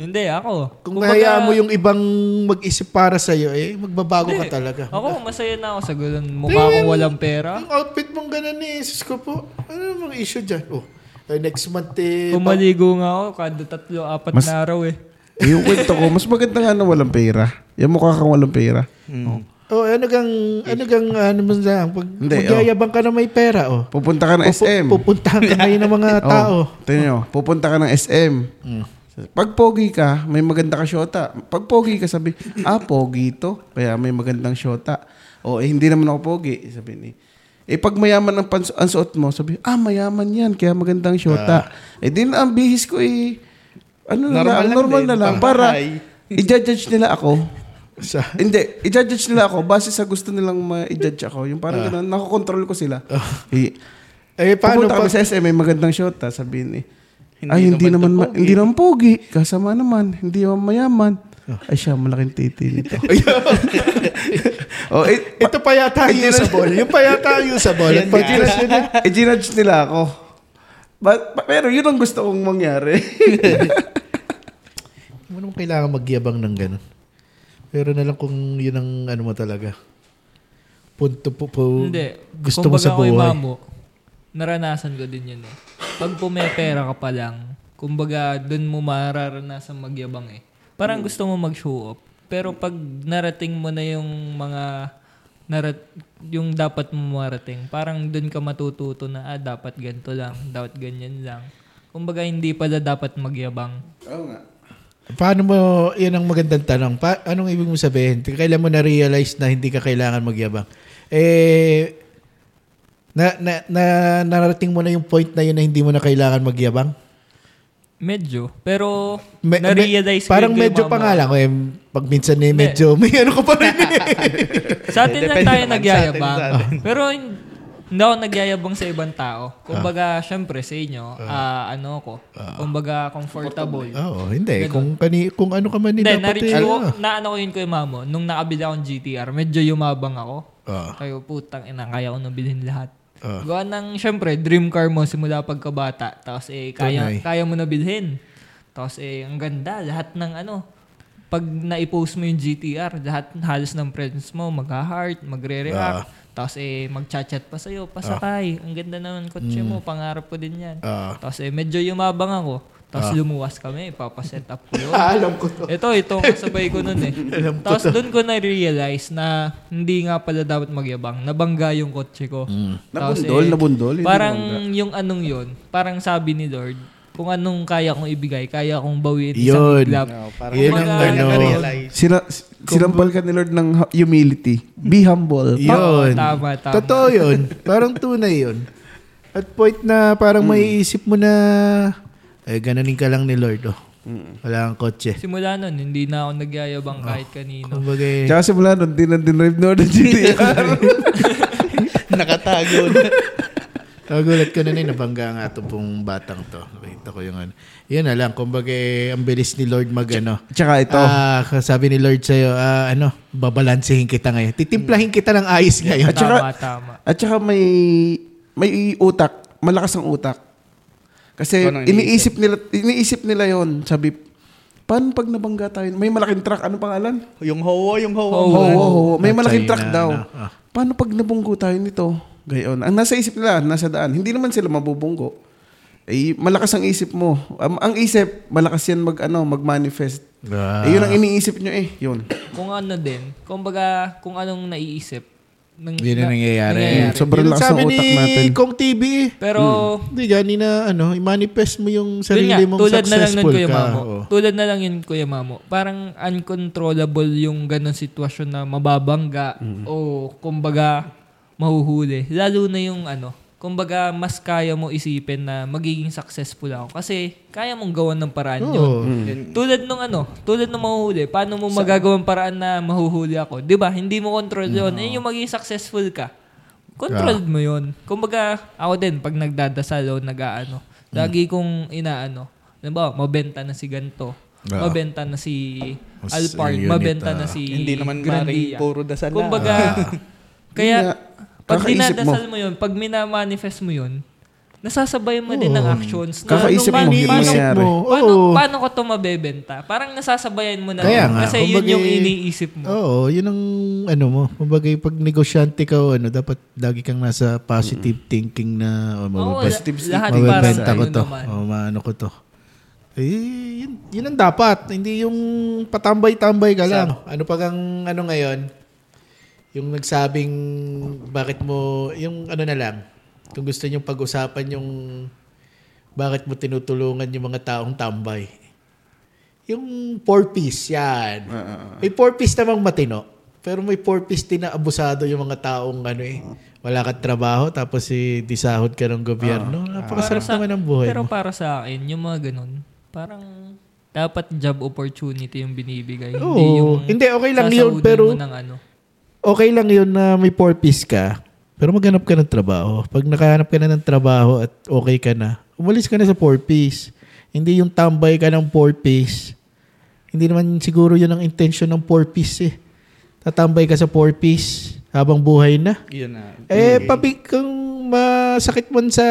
Speaker 3: Hindi, ako.
Speaker 1: Kung
Speaker 3: Kumbaga-
Speaker 1: hayaan mo yung ibang mag-isip para sa'yo, eh, magbabago ka talaga.
Speaker 3: Ako, masaya na ako sa gulong. Mukha akong walang pera.
Speaker 1: Ang outfit mong ganun eh, sus ko po. Ano namang issue dyan? Oh, eh, next month eh.
Speaker 3: Kung maligo nga ako, kada tatlo, apat na araw eh.
Speaker 2: yung kwento ko, mas maganda nga na walang pera. Yung mukha kang walang pera. Oh.
Speaker 1: oh, ano kang, ano kang, ano man lang, pag
Speaker 2: Hindi, oh.
Speaker 1: magyayabang ka na may pera, oh.
Speaker 2: Pupunta ka ng
Speaker 1: Pupu-
Speaker 2: SM.
Speaker 1: Pupuntahan ka ngayon ng mga tao.
Speaker 2: Oh, tingnan nyo, pupunta ka ng SM. Pag pogi ka, may maganda ka syota. Pag pogi ka, sabi, ah, pogi to. Kaya may magandang syota. O, eh, hindi naman ako pogi. Sabi ni, Eh pag mayaman ang, pans- ang suot mo, sabi, ah mayaman yan, kaya magandang syota. Eh din ang bihis ko eh, ano na
Speaker 4: Normal
Speaker 2: lang,
Speaker 4: lang
Speaker 2: normal
Speaker 4: din,
Speaker 2: na lang. Para
Speaker 4: panghay.
Speaker 2: i-judge nila ako.
Speaker 1: Sa,
Speaker 2: Hindi, i-judge nila ako base sa gusto nilang ma-judge ako. Yung parang ganun, nakokontrol ko sila. Eh,
Speaker 1: eh, paano
Speaker 2: Pumunta kami
Speaker 1: pag,
Speaker 2: sa SM, may magandang shot, ah, sabihin eh.
Speaker 4: Hindi
Speaker 2: ay, hindi naman,
Speaker 4: naman to
Speaker 2: ma-
Speaker 4: pogi.
Speaker 2: hindi naman pogi. Kasama naman. Hindi naman mayaman. Ay siya, malaking titi nito. oh, eh,
Speaker 1: ito pa yata yung usable. Yung pa yata yung usable.
Speaker 4: Yan
Speaker 1: Pag
Speaker 4: nga.
Speaker 1: ginas yun,
Speaker 2: i-judge nila ako. But, pero yun ang gusto kong mangyari.
Speaker 1: Hindi mo naman kailangan magyabang ng ganun. Pero na lang kung yun ang ano mo talaga. Punto po po.
Speaker 3: Hindi.
Speaker 1: Gusto mo sa
Speaker 3: Kung
Speaker 1: buhay.
Speaker 3: mamo, naranasan ko din yun eh. Pag pumepera ka pa lang, kumbaga doon mo mararanasan magyabang eh. Parang gusto mo mag-show off. Pero pag narating mo na yung mga narat yung dapat mo marating, parang doon ka matututo na ah, dapat ganito lang, dapat ganyan lang. Kumbaga hindi pala dapat magyabang.
Speaker 2: Oo nga.
Speaker 1: Paano mo, yan ang magandang tanong. Pa, anong ibig mo sabihin? Kailan mo na-realize na hindi ka kailangan magyabang? Eh, na, na, na, narating mo na yung point na yun na hindi mo na kailangan magyabang?
Speaker 3: Medyo. Pero
Speaker 1: Me- me-
Speaker 3: na-realize
Speaker 1: Parang
Speaker 3: ko yun kay
Speaker 1: medyo
Speaker 3: mama.
Speaker 1: pa nga lang. Eh, pag minsan eh, medyo may ano ka pa rin eh.
Speaker 3: Sa atin lang
Speaker 4: Depende
Speaker 3: tayo
Speaker 4: naman sa
Speaker 3: nagyayabang.
Speaker 4: atin, sa
Speaker 3: Pero hin- hindi ako nagyayabang sa ibang
Speaker 1: Ah.
Speaker 3: tao. Kumbaga, syempre sa inyo, ah, ano ko, kumbaga comfortable.
Speaker 1: Oo, hindi. Kung, kani, kung ano ka man eh,
Speaker 3: Hindi,
Speaker 1: dapat
Speaker 3: na-reach
Speaker 1: eh,
Speaker 3: ko,
Speaker 1: ano.
Speaker 3: naano ko yun ko yung mamo. Nung nakabila akong GTR, medyo yumabang ako.
Speaker 1: Ah.
Speaker 3: Kayo putang ina, kaya ko nabilhin lahat.
Speaker 1: Ah.
Speaker 3: Gawa ng, syempre, dream car mo simula pagkabata. Tapos eh, kaya,
Speaker 1: Tunay.
Speaker 3: kaya mo nabilhin. Tapos eh, ang ganda, lahat ng ano. Pag na-post mo yung GTR, lahat halos ng friends mo,
Speaker 1: Ah.
Speaker 3: mag-heart, magre-react. Tapos eh, mag-chat-chat pa sa'yo, pasakay. Ang ganda naman kotse mo, pangarap ko din yan.
Speaker 1: Mm. Ah.
Speaker 3: Tapos eh, medyo yumabang ako. Tapos lumuwas kami, ipapaset up ko yun.
Speaker 1: alam ko to.
Speaker 3: Ito, ito ang kasabay ko nun eh. Tapos doon ko na-realize na hindi nga pala dapat magyabang. Nabangga yung kotse ko. Tapos eh,
Speaker 2: Nabundol, nabundol. Hindi
Speaker 3: Parang
Speaker 2: nabangga.
Speaker 3: yung anong yon parang sabi ni Lord, kung anong kaya kong ibigay, kaya kong
Speaker 1: Yun.
Speaker 3: bawiin isang iglap.
Speaker 4: No, parang
Speaker 1: Yun
Speaker 3: ang
Speaker 4: kumbaga,
Speaker 3: ano.
Speaker 4: nakarealize.
Speaker 2: Sina, sinampal ka ni Lord ng hu- humility. Be humble.
Speaker 1: Yun.
Speaker 3: tama, tama.
Speaker 1: Totoo yun. Parang tunay yun. At point na parang maiisip mo na, eh, gananin ka lang ni Lord, oh. Wala kang kotse.
Speaker 3: Simula nun, hindi na ako nagyayabang kahit kanino.
Speaker 1: Kumbaga, eh,
Speaker 2: Tsaka simula nun, di na dinrive na ako ng GTR.
Speaker 4: Nakatago na.
Speaker 1: nagulat ko na na, nabangga nga ito pong batang to. Nakita ko yung ano. Yan na lang, kumbaga, eh, ang bilis ni Lord mag, ano.
Speaker 2: Tsaka ito.
Speaker 1: Ah, sabi ni Lord sa'yo, ah, ano, babalansehin kita ngayon. Titimplahin kita ng ayos ngayon.
Speaker 2: At saka-
Speaker 3: Tama, tama.
Speaker 2: At saka may may utak, malakas ang utak. Kasi
Speaker 4: Ano ang
Speaker 2: iniisip nila iniisip nila 'yon. Sabi, paano pag nabangga tayo? May malaking truck, ano pangalan?
Speaker 4: Yung howo, yung howo.
Speaker 2: Oo, oo, oo. May
Speaker 1: At
Speaker 2: malaking
Speaker 1: sa'yo
Speaker 2: truck
Speaker 1: na,
Speaker 2: daw.
Speaker 1: ano, ah.
Speaker 2: Paano pag nabunggo tayo nito? Gayon. Ang nasa isip nila, nasa daan. Hindi naman sila mabubunggo. Eh, malakas ang isip mo. Am- ang isip, malakas yan mag, ano, mag-manifest.
Speaker 1: Ah.
Speaker 2: Eh, yun ang iniisip nyo eh. Yun.
Speaker 3: Kung ano din, kumbaga, kung anong naiisip. Nang,
Speaker 1: Yun ang nangyayari.
Speaker 2: Mm, sobrang
Speaker 1: Yun ang
Speaker 2: lakas ng
Speaker 1: sabi
Speaker 2: utak
Speaker 1: ni
Speaker 2: natin.
Speaker 1: Kong TV eh.
Speaker 3: Pero,
Speaker 1: Hindi, Johnny na ano, i-manifest mo yung
Speaker 3: Yun
Speaker 1: sarili mong
Speaker 3: tulad na lang nun,
Speaker 1: successful
Speaker 3: Kuya
Speaker 1: ka.
Speaker 3: Mamo.
Speaker 1: Oo.
Speaker 3: Tulad na lang yun, Kuya Mamo. Parang uncontrollable yung ganun sitwasyon na mababangga o kumbaga mahuhuli. Lalo na yung ano, kumbaga mas kaya mo isipin na magiging successful ako kasi kaya mong gawan ng paraan yun.
Speaker 1: Oo.
Speaker 2: Mm.
Speaker 3: Tulad nung ano, tulad nung mahuhuli, paano mo magagawang paraan na mahuhuli ako? 'Di ba? Hindi mo control 'yon. Eh yung magiging successful ka. Controlled mo 'yon. Kumbaga, ako din pag nagdadasal o
Speaker 2: Mm.
Speaker 3: nag-aano, lagi kong inaano. Halimbawa, mabenta na si ganto.
Speaker 1: Ah.
Speaker 3: Mabenta na si
Speaker 1: Mas
Speaker 3: Alpart,
Speaker 1: unit, ah.
Speaker 3: mabenta na si
Speaker 4: Hindi naman maring
Speaker 3: Grandia.
Speaker 4: puro dasal. ah.
Speaker 3: Kumbaga,
Speaker 2: Yun
Speaker 3: kaya
Speaker 2: nga,
Speaker 3: pag
Speaker 2: kakaisip
Speaker 3: dinadasal mo. yun, pag minamanifest mo yun, nasasabay mo din ng actions. na
Speaker 2: Kakaisip mo,
Speaker 3: nung mani-
Speaker 2: yun
Speaker 3: paano-
Speaker 2: mangyayari.
Speaker 1: Oo.
Speaker 3: Paano, paano ko to mabebenta? Parang nasasabayan mo na
Speaker 1: Kaya
Speaker 3: din.
Speaker 1: nga.
Speaker 3: Kasi yun
Speaker 1: Kumbaga, eh.
Speaker 3: yung iniisip mo.
Speaker 1: Oo, yun ang ano mo. Kumbaga, pag negosyante ka o ano, dapat lagi kang nasa positive thinking na oh,
Speaker 3: Oo,
Speaker 1: mababas-
Speaker 3: la- lahat parang
Speaker 1: mababenta ko
Speaker 3: ano
Speaker 1: to.
Speaker 3: naman.
Speaker 1: O maano ko to. Eh, yun, yun ang dapat. Hindi yung patambay-tambay ka lang. Ano pag ang ano ngayon, yung nagsabing bakit mo, yung ano na lang, kung gusto nyo pag-usapan yung bakit mo tinutulungan yung mga taong tambay. Yung four-piece, yan.
Speaker 2: Ah,
Speaker 1: May four-piece namang matino. Pero may four-piece din na abusado yung mga taong ano eh. wala ka trabaho tapos si disahod ka ng gobyerno. Napakasarap
Speaker 3: Para sa-
Speaker 1: naman ang buhay
Speaker 3: Ah. Pero
Speaker 1: mo.
Speaker 3: para sa akin, yung mga ganun, parang dapat job opportunity yung binibigay.
Speaker 1: Oo.
Speaker 3: Hindi, yung
Speaker 1: Hindi, okay lang yun,
Speaker 3: sasahudan
Speaker 1: pero-
Speaker 3: mo ng ano.
Speaker 1: Okay lang yun na may four piece ka, pero maghanap ka ng trabaho. Pag nakahanap ka na ng trabaho at okay ka na, umalis ka na sa four piece. Hindi yung tambay ka ng four piece. Hindi naman siguro yun ang intention ng four piece eh. Tatambay ka sa four piece habang buhay na.
Speaker 4: Yun na.
Speaker 1: Eh, pabi- kung masakit man sa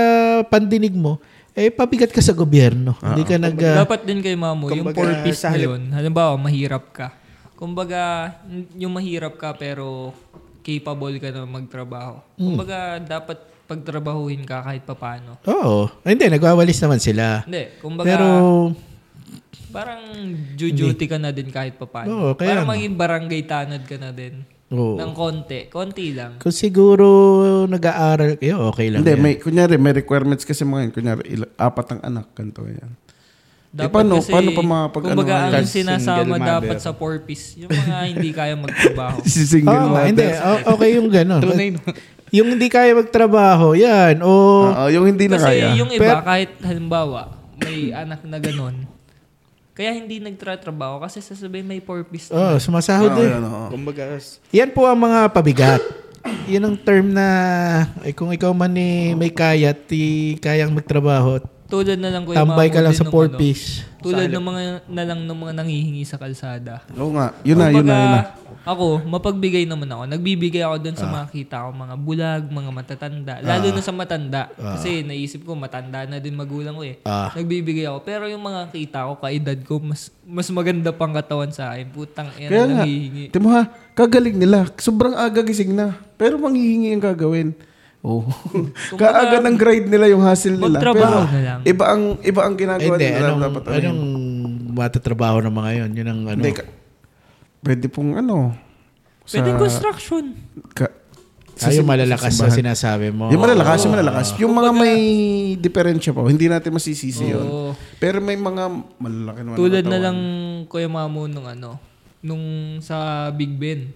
Speaker 1: pandinig mo, eh, pabigat ka sa gobyerno. Hindi ka nag... ah,
Speaker 3: dapat din kay Mamo, yung
Speaker 4: Kumbaga,
Speaker 3: four piece na
Speaker 4: sa halip-
Speaker 3: yun. Halimbawa, mahirap ka. Kumbaga, n- yung mahirap ka pero capable ka na magtrabaho.
Speaker 1: Mm.
Speaker 3: Kumbaga, dapat pagtrabahuhin ka kahit papano.
Speaker 1: ah, Oo. Ay, hindi, nagwawalis naman sila.
Speaker 3: Hindi, kumbaga,
Speaker 1: Pero,
Speaker 3: parang jujuti ka na din kahit papano.
Speaker 1: Oo, kaya
Speaker 3: parang
Speaker 1: nga.
Speaker 3: maging barangay tanod ka na din.
Speaker 1: oo.
Speaker 3: Ng konti. Konti lang.
Speaker 1: Kung siguro nag-aaral kayo, okay lang
Speaker 2: Hindi,
Speaker 1: yan.
Speaker 2: may, kunyari, may requirements kasi mga yun. Kunyari, ila- apat ang anak, ganito ganyan. Eh,
Speaker 3: Dapat
Speaker 2: paano-
Speaker 3: kasi,
Speaker 2: paano pa mga pag-
Speaker 3: kumbaga,
Speaker 2: ano,
Speaker 3: ang
Speaker 4: single
Speaker 3: sinasama
Speaker 4: mother?
Speaker 3: dapat sa four piece, yung mga hindi kaya magtrabaho.
Speaker 2: Si single
Speaker 1: Oo, ah,
Speaker 2: mother.
Speaker 1: hindi. O- okay yung gano'n.
Speaker 4: Tunay no?
Speaker 1: yung hindi kaya magtrabaho, yan. O,
Speaker 2: Oo, yung hindi na
Speaker 3: Kasi
Speaker 2: kaya.
Speaker 3: yung iba, kahit halimbawa, may anak na ganun, kaya hindi nagtratrabaho kasi sasabihin may purpose.
Speaker 1: oh, sumasahod eh.
Speaker 2: Ayun, oo.
Speaker 4: Kumbaga, s-
Speaker 1: Yan po ang mga pabigat. Yan ang term na ay kung ikaw man eh, may kaya at di kayang magtrabaho,
Speaker 3: Tulad na lang ko yung
Speaker 1: tambay ka
Speaker 3: mga
Speaker 1: lang
Speaker 3: din
Speaker 1: sa
Speaker 3: nung
Speaker 1: four
Speaker 3: ano,
Speaker 1: piece.
Speaker 3: Tulad ng mga na lang ng mga nangihingi sa kalsada.
Speaker 2: Oo nga. Yun na, yun na,
Speaker 3: Kumbaga,
Speaker 2: yun na.
Speaker 3: Ako, mapagbigay naman ako. Nagbibigay ako doon
Speaker 2: Ah.
Speaker 3: sa makita ko, mga bulag, mga matatanda. Lalo na sa matanda.
Speaker 2: Ah.
Speaker 3: Kasi naisip ko, matanda na din magulang ko eh.
Speaker 1: Ah.
Speaker 3: Nagbibigay ako. Pero yung mga kita ko, kaedad ko, mas mas maganda pang katawan sa akin. Putang ina,
Speaker 2: Kaya nga,
Speaker 3: nanghihingi.
Speaker 2: timo ha, kagaling nila. Sobrang aga gising na. Pero manghihingi ang gagawin. Oh. Kaaga ng grade nila yung hassle nila.
Speaker 3: Magtrabaho
Speaker 2: pero
Speaker 3: na lang.
Speaker 2: Iba ang iba ang
Speaker 1: Eh,
Speaker 2: ginagawa
Speaker 1: Hindi,
Speaker 2: nila
Speaker 1: anong,
Speaker 2: dapat. ano yun.
Speaker 1: anong matatrabaho ng mga yun? Yun ang ano.
Speaker 2: Hindi, ka- pwede pong ano. Sa,
Speaker 3: Pwede construction.
Speaker 2: ka-
Speaker 1: Ah, yung malalakas na sinasabi mo.
Speaker 2: yung malalakas, yung malalakas. Yung mga may diferensya pa, hindi natin masisisi yun.
Speaker 3: Oo.
Speaker 2: Pero may mga malalaki naman.
Speaker 3: Tulad
Speaker 2: ang
Speaker 3: na
Speaker 2: katawan.
Speaker 3: lang Kuya Mamo nung ano, nung sa Big Ben.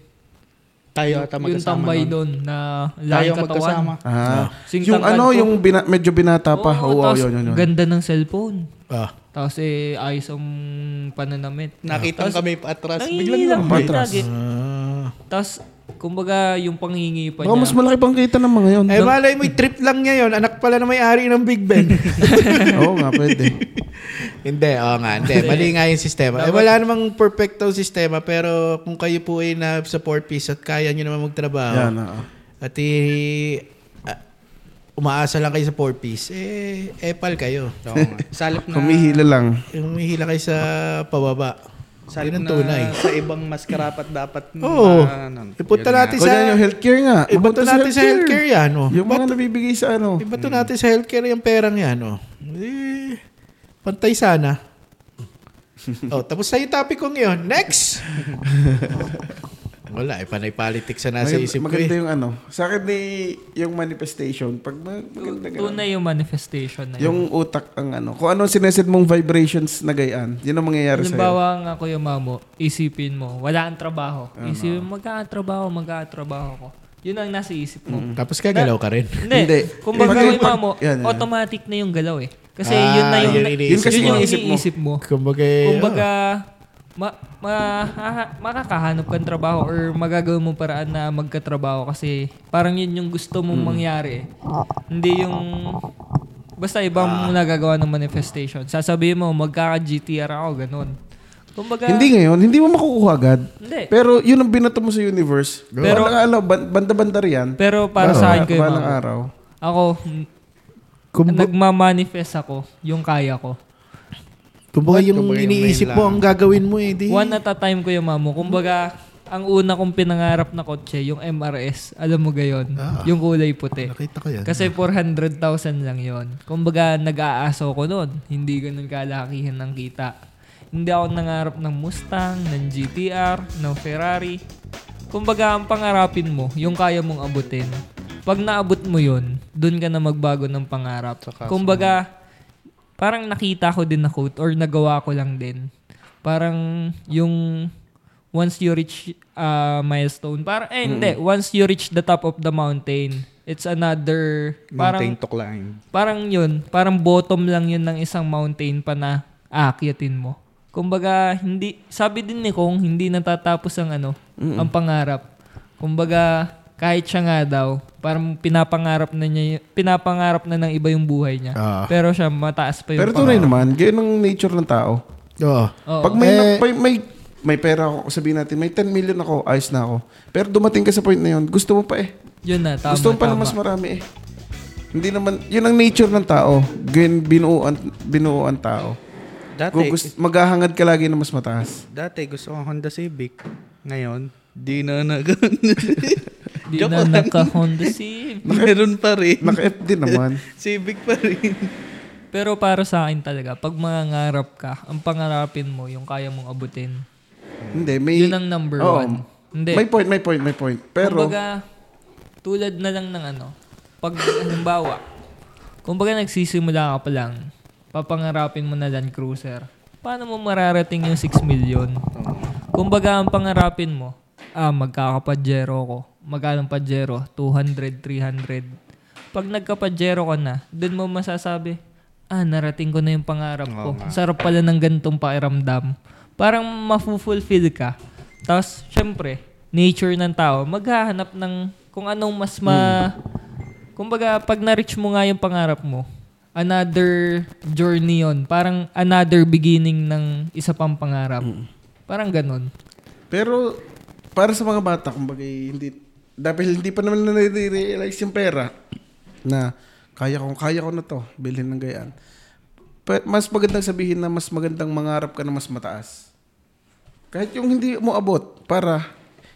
Speaker 4: tayo ata
Speaker 3: Yung
Speaker 4: magkasama.
Speaker 3: tambay
Speaker 4: nun.
Speaker 3: doon na
Speaker 4: Tayo
Speaker 3: lang
Speaker 4: magkasama.
Speaker 3: katawan.
Speaker 2: Ah,
Speaker 3: Sing
Speaker 2: yung
Speaker 3: tangkad
Speaker 2: ano,
Speaker 3: ko.
Speaker 2: yung bina- medyo binata pa. Oo,
Speaker 3: tapos
Speaker 2: Oh, yun, yun, yun.
Speaker 3: Ganda ng cellphone.
Speaker 1: Ah,
Speaker 3: Tapos eh, ayos ang pananamit.
Speaker 4: Nakita
Speaker 3: Tapos,
Speaker 4: kami patras.
Speaker 3: Nangihingi lang
Speaker 2: lumabas.
Speaker 3: kami lagi.
Speaker 1: ah.
Speaker 3: Tapos, kumbaga, yung panghingi pa
Speaker 2: Baka
Speaker 3: niya.
Speaker 2: mas malaki pang kita ng mga yun.
Speaker 1: Eh, malay mo, trip lang niya yun. Anak pala na may-ari ng Big Ben.
Speaker 2: Oo nga, pwede.
Speaker 1: Hindi, oo nga. Hindi, mali nga yung sistema. Eh, wala namang perfecto sistema, pero kung kayo po ay na sa four piece at kaya nyo naman magtrabaho,
Speaker 2: Yan, oo.
Speaker 1: at i- ah, umaasa lang kayo sa four piece, eh, epal kayo.
Speaker 4: Oo nga. Salip na,
Speaker 2: Humihila lang.
Speaker 1: Yung hihila kayo sa pababa.
Speaker 4: salip
Speaker 1: Yun ang
Speaker 4: na
Speaker 1: tunay.
Speaker 4: sa ibang mas karapat dapat. na-
Speaker 1: Oo.
Speaker 4: ano,
Speaker 1: Ipunta
Speaker 4: yun
Speaker 1: natin
Speaker 2: Kasi
Speaker 1: sa...
Speaker 2: yung healthcare nga.
Speaker 1: Ibato
Speaker 2: Mapunta
Speaker 1: natin sa healthcare yan, oh.
Speaker 2: Yung mga nabibigay sa ano.
Speaker 1: Ibato natin sa healthcare yung perang yan, oh. Eh, pantay sana. oh, tapos na yung topic kong yun. Next! Wala, eh, panay politics na nasa
Speaker 2: Maganda-
Speaker 1: isip ko
Speaker 2: maganda
Speaker 1: eh.
Speaker 2: yung ano. Sa akin ni yung manifestation. Pag ma- maganda
Speaker 3: Tu-
Speaker 2: ganun.
Speaker 3: Tunay yung manifestation na yun.
Speaker 2: Yung utak ang ano. Kung ano sineset mong vibrations na gayaan. Yun ang mangyayari sa'yo.
Speaker 3: Halimbawa nga Kuya Mamo, isipin mo, wala ang trabaho. Isipin mo, magkakatrabaho, magkakatrabaho ko. Yun ang nasa isip mo.
Speaker 1: Tapos kagalaw ka rin.
Speaker 3: Hindi.
Speaker 2: Hindi.
Speaker 3: Kung
Speaker 2: Pag-
Speaker 3: baga yung mama mo,
Speaker 2: yan, yan.
Speaker 3: automatic na yung galaw eh. Kasi
Speaker 1: Ah,
Speaker 3: yun na yung,
Speaker 1: yun
Speaker 3: yun,
Speaker 1: iniisip
Speaker 2: Yun kasi mo.
Speaker 3: yung
Speaker 2: iniisip mo.
Speaker 3: iniisip mo.
Speaker 1: Kumbaga,
Speaker 3: Kung baga,
Speaker 1: oh,
Speaker 3: ma, ma, ha- makakahanap kang trabaho or magagawa mong paraan na magkatrabaho kasi parang yun yung gusto mong mangyari eh. Hindi yung... Basta iba mo nagagawa ng manifestation. Sasabihin mo, magkaka-GTR ako, ganun. Kung baga,
Speaker 2: Hindi ngayon. Hindi mo makukuha agad.
Speaker 3: Hindi.
Speaker 2: Pero yun ang binato mo sa universe.
Speaker 3: Pero-
Speaker 2: Pero, alam, ban- banda-banda riyan.
Speaker 3: Pero para sa akin kayo,
Speaker 2: Balang
Speaker 3: mama,
Speaker 2: araw.
Speaker 3: ako, m- nagmamanifest ako yung kaya ko.
Speaker 1: kumbaga yung
Speaker 4: Kumbaga yung
Speaker 1: iniisip
Speaker 4: main
Speaker 1: mo ang gagawin mo eh. Di.
Speaker 3: One at a time ko yung mamo. Kumbaga, ang una kong pinangarap na kotse, yung MRS. Alam mo gayon. Yung kulay puti.
Speaker 1: Nakita ko yan.
Speaker 3: Kasi 400,000 lang yon. Kumbaga, nag-aaso ko noon. Hindi ganun kalakihan ng kita. Hindi ako nangarap ng Mustang, ng GTR, ng Ferrari. Kumbaga, ang pangarapin mo, yung kaya mong abutin. Pag naabot mo yon, dun ka na magbago ng pangarap. Kumbaga, parang nakita ko din na quote or nagawa ko lang din. Parang yung once you reach uh, milestone, parang, eh hindi, once you reach the top of the mountain, it's another,
Speaker 4: Mountain
Speaker 3: parang,
Speaker 4: to climb.
Speaker 3: parang yun, parang bottom lang yun ng isang mountain pa na aakyatin mo. Kumbaga, hindi, sabi din ni Kong, hindi natatapos ang ano, ang pangarap. Kumbaga, kahit siya nga daw, parang pinapangarap na niya, y- pinapangarap na ng iba yung buhay niya.
Speaker 1: Ah.
Speaker 3: Pero siya, mataas pa yung
Speaker 2: Pero tunay naman, ganyan ang nature ng tao.
Speaker 1: Oo.
Speaker 3: Oo.
Speaker 2: Pag may,
Speaker 1: Eh,
Speaker 2: may, may, may pera ako, sabihin natin, may 10 million ako, ayos na ako. Pero dumating ka sa point na yun, gusto mo pa eh.
Speaker 3: Yun na, tama.
Speaker 2: gusto mo pa
Speaker 3: tama.
Speaker 2: na mas marami eh. Hindi naman, yun ang nature ng tao. Ganyan binuuan, binuuan tao.
Speaker 4: Dati,
Speaker 2: Kung gusto, maghahangad ka lagi na mas mataas.
Speaker 4: dati gusto ko Honda Civic. Ngayon, di na na
Speaker 3: Di na naka-Honda Civic.
Speaker 4: Meron pa rin.
Speaker 2: Naka-F din naman.
Speaker 4: Civic pa rin.
Speaker 3: Pero para sa akin talaga, pag mangangarap ka, ang pangarapin mo, yung kaya mong abutin.
Speaker 2: Hindi, may...
Speaker 3: Yun ang number
Speaker 2: Oo.
Speaker 3: one. Hindi.
Speaker 2: May point, may point, may point. Pero,
Speaker 3: Kumbaga, tulad na lang ng ano, pag halimbawa, kumbaga nagsisimula ka pa lang, papangarapin mo na Land Cruiser, paano mo mararating yung 6 million? Kumbaga, ang pangarapin mo, ah, magkakapajero ko. Magkano pajero? 200, 300. Pag nagkapajero ka na, dun mo masasabi, ah, narating ko na yung pangarap ko. Sarap pala ng gantong pakiramdam. Parang mafu-fulfill ka. Tapos, syempre, nature ng tao, maghahanap ng kung anong mas ma... Kumbaga, pag na-reach mo nga yung pangarap mo, another journey yon Parang another beginning ng isa pang pangarap.
Speaker 2: Mm.
Speaker 3: Parang ganun.
Speaker 2: pero, para sa mga bata, kumbaga, eh, hindi, dahil hindi pa naman na realize yung pera na kaya ko, kaya ko na to, bilhin ng gayaan. Pa- mas magandang sabihin na mas magandang mangarap ka na mas mataas. Kahit yung hindi mo abot, para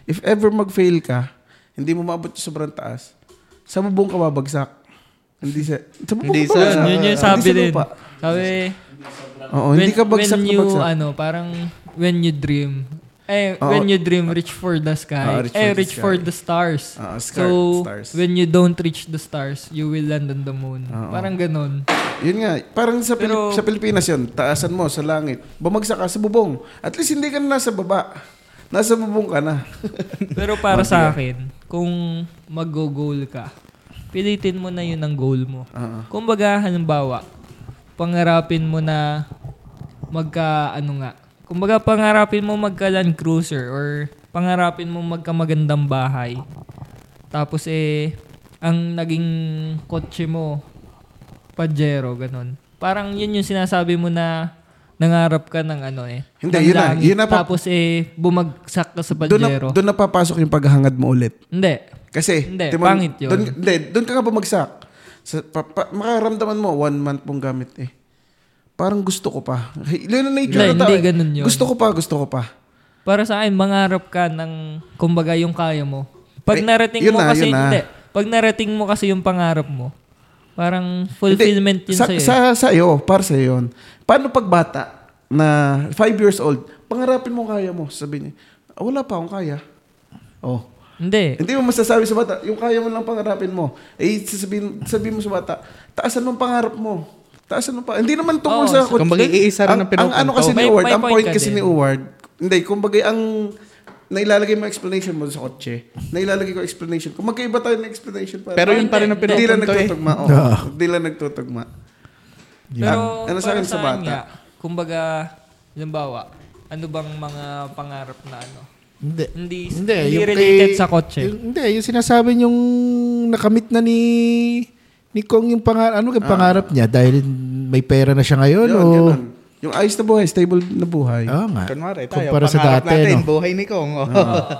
Speaker 2: if ever mag-fail ka, hindi mo maabot yung sobrang taas, sa bubong ka babagsak. Hindi sa... Sa bubong
Speaker 4: Hindi
Speaker 2: ka
Speaker 4: sa-
Speaker 2: babagsak.
Speaker 3: ano. Yun yung
Speaker 2: Hindi
Speaker 3: sabi
Speaker 2: sa
Speaker 3: din.
Speaker 2: lupa.
Speaker 3: Sabi,
Speaker 2: Oo, Oh, hindi ka bagsak
Speaker 3: when
Speaker 2: na
Speaker 3: you,
Speaker 2: bagsak.
Speaker 3: ano, parang when you dream, eh,
Speaker 2: Oo.
Speaker 3: when you dream, reach for the sky.
Speaker 2: Ah, reach
Speaker 3: eh,
Speaker 2: for the
Speaker 3: reach
Speaker 2: sky.
Speaker 3: for the stars.
Speaker 2: Ah, scar-
Speaker 3: so,
Speaker 2: stars. Ah, oh.
Speaker 3: when you don't reach the stars, you will land on the moon. Parang ganun.
Speaker 2: Yun nga, parang sa, Pilip-
Speaker 3: Pero-
Speaker 2: sa Pilipinas yun, taasan mo sa langit, bumagsak ka sa bubong. At least hindi ka na nasa baba. Nasa bubong ka na.
Speaker 3: Pero para sa akin, kung mag-goal ka, pilitin mo na yun ang goal mo.
Speaker 2: Ah.
Speaker 3: Kung baga, halimbawa, pangarapin mo na magka, ano nga, kung baga, pangarapin mo magka Land Cruiser or pangarapin mo magka magandang bahay. Tapos eh, ang naging kotse mo, Pajero, ganun. Parang yun yung sinasabi mo na nangarap ka ng ano eh.
Speaker 2: Hindi,
Speaker 3: ng
Speaker 2: yun na-
Speaker 3: langit.
Speaker 2: yun na pa-
Speaker 3: Tapos eh, bumagsak ka sa
Speaker 2: doon, na,
Speaker 3: Pajero.
Speaker 2: doon na papasok yung paghahangad mo ulit.
Speaker 3: Hindi.
Speaker 2: Kasi,
Speaker 3: Hindi,
Speaker 2: di mo-
Speaker 3: pangit yun.
Speaker 2: Doon, hindi, doon ka nga bumagsak. Sa, pa, pa- makaramdaman mo, one month mong gamit eh. Parang gusto ko pa. Yun ang nature
Speaker 3: Hindi,
Speaker 2: ng tao.
Speaker 3: hindi
Speaker 2: eh.
Speaker 3: ganun yun.
Speaker 2: Gusto ko pa, gusto ko pa.
Speaker 3: Para sa akin, mangarap ka ng, kumbaga, yung kaya mo. Pag
Speaker 2: Eh,
Speaker 3: narating
Speaker 2: yun
Speaker 3: mo
Speaker 2: na,
Speaker 3: kasi,
Speaker 2: yun na.
Speaker 3: hindi. Pag narating mo kasi yung pangarap mo, parang fulfillment
Speaker 2: Hindi,
Speaker 3: yun
Speaker 2: sa,
Speaker 3: sa'yo. eh.
Speaker 2: Sa, sa'yo, para sa'yo yun. Paano pag bata na 5 years old, pangarapin mo kaya mo, sabi niya, "Ah, wala pa akong kaya. Oh.
Speaker 3: Hindi.
Speaker 2: Hindi mo masasabi sa bata, yung kaya mo lang pangarapin mo. Eh, sasabihin, sabihin mo sa bata, taasan mo ang pangarap mo. Taasan mo pa. Hindi naman tungkol
Speaker 3: Oo,
Speaker 2: sa... eh,
Speaker 4: so, kumbaga, iisa rin
Speaker 2: ang,
Speaker 4: ang pinupunto.
Speaker 2: ang ano kasi ni
Speaker 3: May-
Speaker 2: Ward,
Speaker 3: may
Speaker 2: ang
Speaker 3: point
Speaker 2: point
Speaker 3: ka
Speaker 2: kasi
Speaker 3: din.
Speaker 2: ni Ward, hindi, kumbaga, ang nailalagay mo explanation mo sa kotse, nailalagay ko explanation ko. Magkaiba tayo ng explanation. Para.
Speaker 4: Pero yun pa rin ang
Speaker 2: Hindi lang
Speaker 4: pinupunto eh.
Speaker 2: nagtutugma. Oh.
Speaker 1: Oo.
Speaker 2: Hindi lang nagtutugma.
Speaker 3: Pero
Speaker 2: Ano sa
Speaker 3: para
Speaker 2: akin sa
Speaker 3: akin
Speaker 2: bata?
Speaker 3: nga, kumbaga, halimbawa, ano bang mga pangarap na ano?
Speaker 1: Hindi.
Speaker 3: Hindi,
Speaker 1: Hindi,
Speaker 3: hindi,
Speaker 1: yung
Speaker 3: related
Speaker 1: kay-
Speaker 3: sa kotse.
Speaker 1: Yung, hindi, yung sinasabi yung nakamit na ni ni Kong yung pangarap, ano yung pangarap niya dahil may pera na siya ngayon
Speaker 2: Yun,
Speaker 1: o
Speaker 2: ganun. Yung ayos na buhay, stable na buhay.
Speaker 1: Oo nga.
Speaker 4: Kunwari, tayo,
Speaker 1: Kumpara sa
Speaker 4: pangarap
Speaker 1: dati,
Speaker 4: natin,
Speaker 1: no? Ah.
Speaker 4: buhay ni Kong. oh.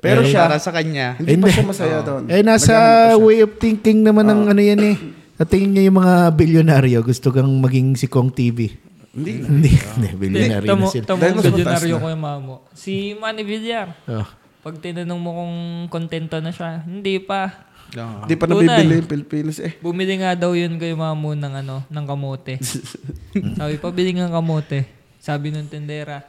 Speaker 2: Pero siya-
Speaker 4: para sa kanya.
Speaker 2: Hindi pa siya masaya
Speaker 4: Ah.
Speaker 2: doon.
Speaker 1: Eh, nasa way of thinking naman ng ano yan eh. Sa tingin niya yung mga bilyonaryo, gusto kang maging si Kong TV. Hindi. Hindi, hindi bilyonaryo na
Speaker 3: Tamo,
Speaker 1: sila.
Speaker 2: Dahil
Speaker 3: tamong
Speaker 2: mas mataas na.
Speaker 3: billionaire ko yung mama mo. Si Manny Villar.
Speaker 1: Oh.
Speaker 3: Pag tinanong mo kung kontento na siya, hindi pa.
Speaker 4: No.
Speaker 2: Hindi pa
Speaker 3: Tunay.
Speaker 2: nabibili yung Pilipinas eh.
Speaker 3: Bumili nga daw yun kay mamu ng ano, ng kamote. sabi, pabili ng kamote. Sabi ng tendera.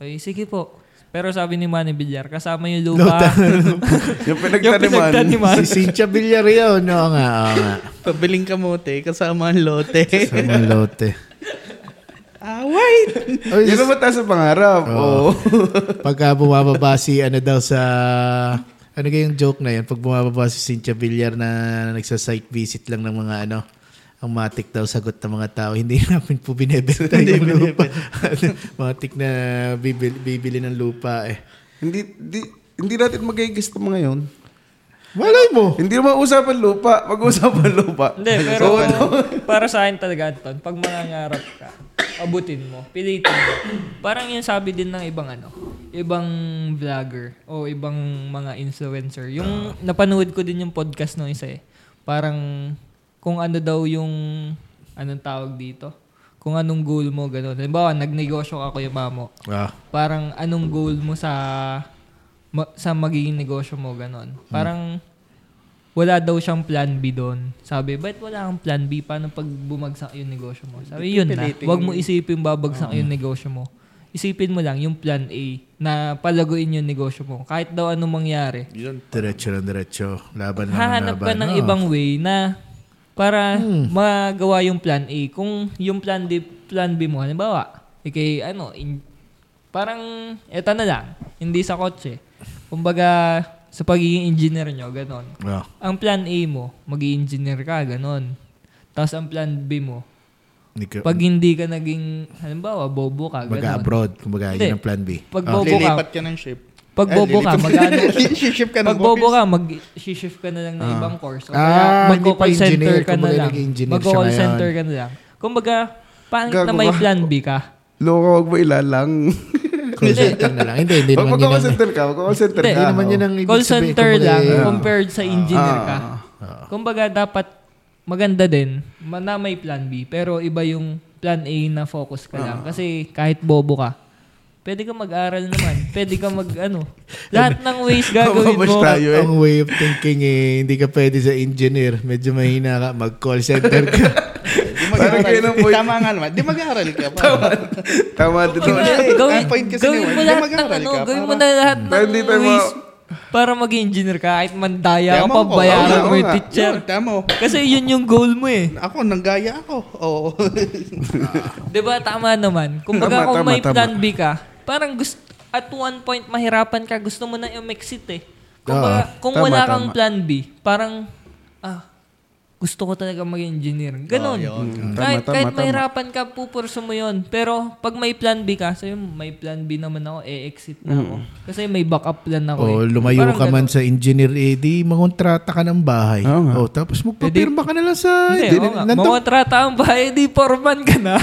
Speaker 3: Sabi, sige po. Pero sabi ni Manny Villar, kasama yung lupa.
Speaker 2: Yung
Speaker 3: yung
Speaker 2: pinagtaniman.
Speaker 3: pinagtaniman.
Speaker 1: Oh, si Cynthia Villarreal, no nga, oo nga.
Speaker 4: Pabiling kamote, kasama ang lote.
Speaker 1: Sa mga lote.
Speaker 4: Away!
Speaker 2: Yun ang mataas ang pangarap.
Speaker 1: Ah.
Speaker 2: Oo.
Speaker 1: Pagka bumababa si ano daw sa... Ano kaya yung joke na yun? Pag bumababa si Cynthia Villar na nagsa-site visit lang ng mga ano, ang matik daw sagot ng mga tao, hindi namin po binebenta yung lupa. matik na bibili, bibili ng lupa eh.
Speaker 2: Hindi, di, hindi natin magigis ito mga yun.
Speaker 1: Malay mo!
Speaker 2: Hindi naman usapan lupa. Pag-usapan lupa.
Speaker 3: Hindi,
Speaker 2: ano?
Speaker 3: pero ano, para sa akin talaga, Anton, pag mangangarap ka, abutin mo, pilitin mo. Parang yun sabi din ng ibang ano, ibang vlogger o ibang mga influencer. Yung napanood ko din yung podcast nung isa eh. Parang kung ano daw yung, anong tawag dito? Kung anong goal mo, gano'n. Halimbawa, nagnegosyo ka kuya mamo
Speaker 1: Ah,
Speaker 3: parang anong goal mo sa ma- sa magiging negosyo mo ganon. Parang wala daw siyang plan B doon. Sabi, ba't wala kang plan B? Paano pag bumagsak yung negosyo mo? Sabi, yun na. Huwag mo isipin babagsak yung negosyo mo. Isipin mo lang yung plan A na palaguin yung negosyo mo. Kahit daw anong mangyari.
Speaker 1: diretso ng diretso. Laban lang ng
Speaker 3: Hahanap
Speaker 1: laban.
Speaker 3: ka ng
Speaker 1: Ah.
Speaker 3: ibang way na para magawa yung plan A. Kung yung plan B, plan B mo, halimbawa, ikay ano, in- parang eto na lang, hindi sa kotse. Kumbaga, sa pagiging engineer nyo, ganon.
Speaker 1: Ah.
Speaker 3: Ang plan A mo, mag engineer ka, ganon. Tapos ang plan B mo,
Speaker 1: Hindi ka-
Speaker 3: pag hindi ka naging, halimbawa, bobo ka, ganon.
Speaker 1: Mag-abroad, kumbaga,
Speaker 3: Hindi.
Speaker 1: yun ang plan B.
Speaker 3: Pag
Speaker 1: Ah.
Speaker 3: bobo ka,
Speaker 4: Lilipat ka ng ship.
Speaker 3: pag
Speaker 4: Eh,
Speaker 3: bobo ka,
Speaker 4: lilipat-
Speaker 3: mag-ano,
Speaker 4: Ship ka ng
Speaker 3: pag bobo ka, mag-shift ka na lang ng ibang course. O
Speaker 1: Ah,
Speaker 3: kaya
Speaker 1: hindi pa
Speaker 3: magko-call center
Speaker 1: engineer,
Speaker 3: ka na
Speaker 1: kumbaga
Speaker 3: lang.
Speaker 1: nag-engineer siya
Speaker 3: Magko-call
Speaker 1: ngayon.
Speaker 3: center ka na lang. Kumbaga, paano
Speaker 2: Gago
Speaker 3: na may
Speaker 2: ka.
Speaker 3: plan B ka?
Speaker 2: Loko, huwag mo ilalang.
Speaker 1: Call center na lang. Hindi, hindi naman
Speaker 2: Huwag
Speaker 1: yun.
Speaker 2: mag-call
Speaker 1: ang-
Speaker 2: center ka. Mag-call center ka.
Speaker 3: Hindi,
Speaker 1: Hindi naman yun ang ibig
Speaker 3: Call
Speaker 1: sabihin,
Speaker 3: center
Speaker 1: kumbaga,
Speaker 3: lang
Speaker 1: eh,
Speaker 3: compared sa engineer ka.
Speaker 1: Ah,
Speaker 3: Kumbaga, dapat maganda din ma- na may plan B. Pero iba yung plan A na focus ka lang.
Speaker 1: Ah.
Speaker 3: Kasi kahit bobo ka, pwede ka mag-aral naman. pwede ka mag, ano, lahat ng ways gagawin
Speaker 2: Mababash
Speaker 3: mo.
Speaker 2: tayo eh.
Speaker 1: Ang way of thinking eh, hindi ka pwede sa engineer. Medyo mahina ka, mag-call center ka.
Speaker 4: Di
Speaker 2: Parang kayo ng
Speaker 4: mag-aaral.
Speaker 2: point.
Speaker 4: Tama nga naman. Di mag-aaral ka. Tama.
Speaker 2: Tama din.
Speaker 3: Diba?
Speaker 4: Ang
Speaker 3: gawin,
Speaker 4: point kasi
Speaker 3: gawin
Speaker 4: ni
Speaker 3: mo
Speaker 4: Juan,
Speaker 3: lahat
Speaker 4: hindi
Speaker 3: ng
Speaker 4: mag-aaral
Speaker 3: ano,
Speaker 4: ka
Speaker 3: gawin mo
Speaker 4: para-
Speaker 3: na lahat
Speaker 2: Pero hindi
Speaker 3: ng
Speaker 2: tayo
Speaker 3: ways
Speaker 2: ma-
Speaker 3: para maging engineer ka. Kahit mandaya ka
Speaker 4: Tama
Speaker 3: pa,
Speaker 4: ko.
Speaker 3: bayaran
Speaker 2: Oo,
Speaker 3: mo yung
Speaker 2: oo nga.
Speaker 3: teacher.
Speaker 4: Tama.
Speaker 3: Kasi yun yung goal mo eh.
Speaker 4: Ako, nanggaya ako. Oo.
Speaker 3: Di ba? Diba? Tama naman. Kung
Speaker 2: Tama,
Speaker 3: kung
Speaker 2: tama,
Speaker 3: may
Speaker 2: tama.
Speaker 3: plan B ka, parang gusto, at one point mahirapan ka, gusto mo na i-mexit eh. Kung, kung
Speaker 2: tama,
Speaker 3: wala kang
Speaker 2: tama.
Speaker 3: plan B, parang, ah, gusto ko talaga maging engineer. Ganon.
Speaker 2: Mm. Tama,
Speaker 3: kahit,
Speaker 2: tama,
Speaker 3: kahit
Speaker 2: tama.
Speaker 3: mahirapan ka, pupurso mo yun. Pero pag may plan B ka, sabi mo, may plan B naman ako, e-exit na ako. Kasi may backup plan ako
Speaker 1: o
Speaker 3: eh.
Speaker 1: lumayo
Speaker 3: Parang
Speaker 1: ka man sa engineer eh, di mangontrata ka ng bahay.
Speaker 2: Oo nga. Eh,
Speaker 1: O tapos magpapirma ka na lang sa...
Speaker 3: Hindi, oo nga.
Speaker 1: nandun-
Speaker 3: Makontrata ang bahay, di foreman ka na.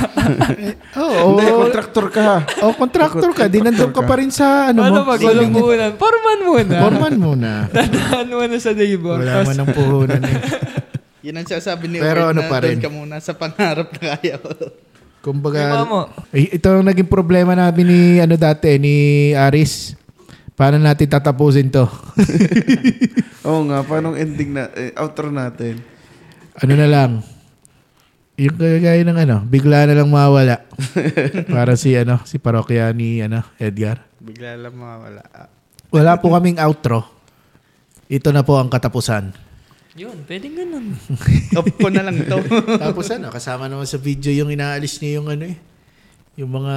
Speaker 1: Oo,
Speaker 2: Hindi,
Speaker 1: o-
Speaker 2: contractor ka.
Speaker 1: o contractor ka, di nandun ka pa rin sa ano
Speaker 3: Paano
Speaker 1: mo.
Speaker 3: pag walang puhunan? Foreman muna.
Speaker 1: Forman muna.
Speaker 3: Dadaan mo na sa labor.
Speaker 1: Wala
Speaker 3: Tapos
Speaker 1: man ang puhunan eh.
Speaker 4: Yun ang sasabi ni
Speaker 1: Pero
Speaker 4: Ward
Speaker 1: ano
Speaker 4: na
Speaker 1: pa rin.
Speaker 4: doon ka muna sa pangarap na kaya mo.
Speaker 1: Kumbaga,
Speaker 3: Diba mo?
Speaker 1: eh, ito ang naging problema namin ni ano dati ni Aris. Paano natin tatapusin to?
Speaker 2: Oo nga, paano ang ending na, eh, outro natin?
Speaker 1: ano na lang. Yung kagaya ng ano, bigla na lang mawala. Para si ano, si parokya ni ano, Edgar.
Speaker 4: Bigla lang mawala. Ah.
Speaker 1: Wala po kaming outro. Ito na po ang katapusan.
Speaker 3: Yun, pwedeng ganun.
Speaker 4: Off ko na lang ito.
Speaker 1: Tapos ano, kasama naman sa video yung inaalis niya yung ano eh. Yung mga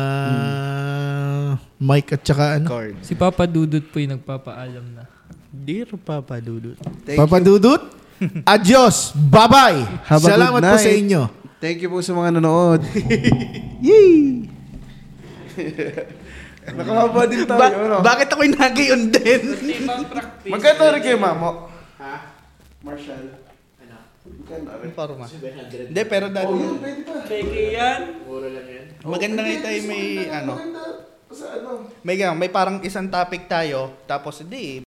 Speaker 2: Hmm.
Speaker 1: mic at saka ano.
Speaker 4: Cord.
Speaker 3: Si Papa Dudut po yung nagpapaalam na.
Speaker 4: Dear Papa Dudut.
Speaker 1: Papadudut, adios, bye-bye.
Speaker 2: Have a good
Speaker 1: Salamat po sa
Speaker 2: night.
Speaker 1: inyo.
Speaker 2: Thank you po sa mga nanonood. Yay! Nakahaba din tayo, ano?
Speaker 4: bakit ako'y nagayon din?
Speaker 2: Magkano rin kayo, Mamo? Ha? Marshall?
Speaker 4: Informa. Hindi, pero dati.
Speaker 2: Oh,
Speaker 3: Peke yan.
Speaker 4: Maganda nga tayo may ano.
Speaker 2: Sa ano?
Speaker 4: May, may parang isang topic tayo. Tapos hindi,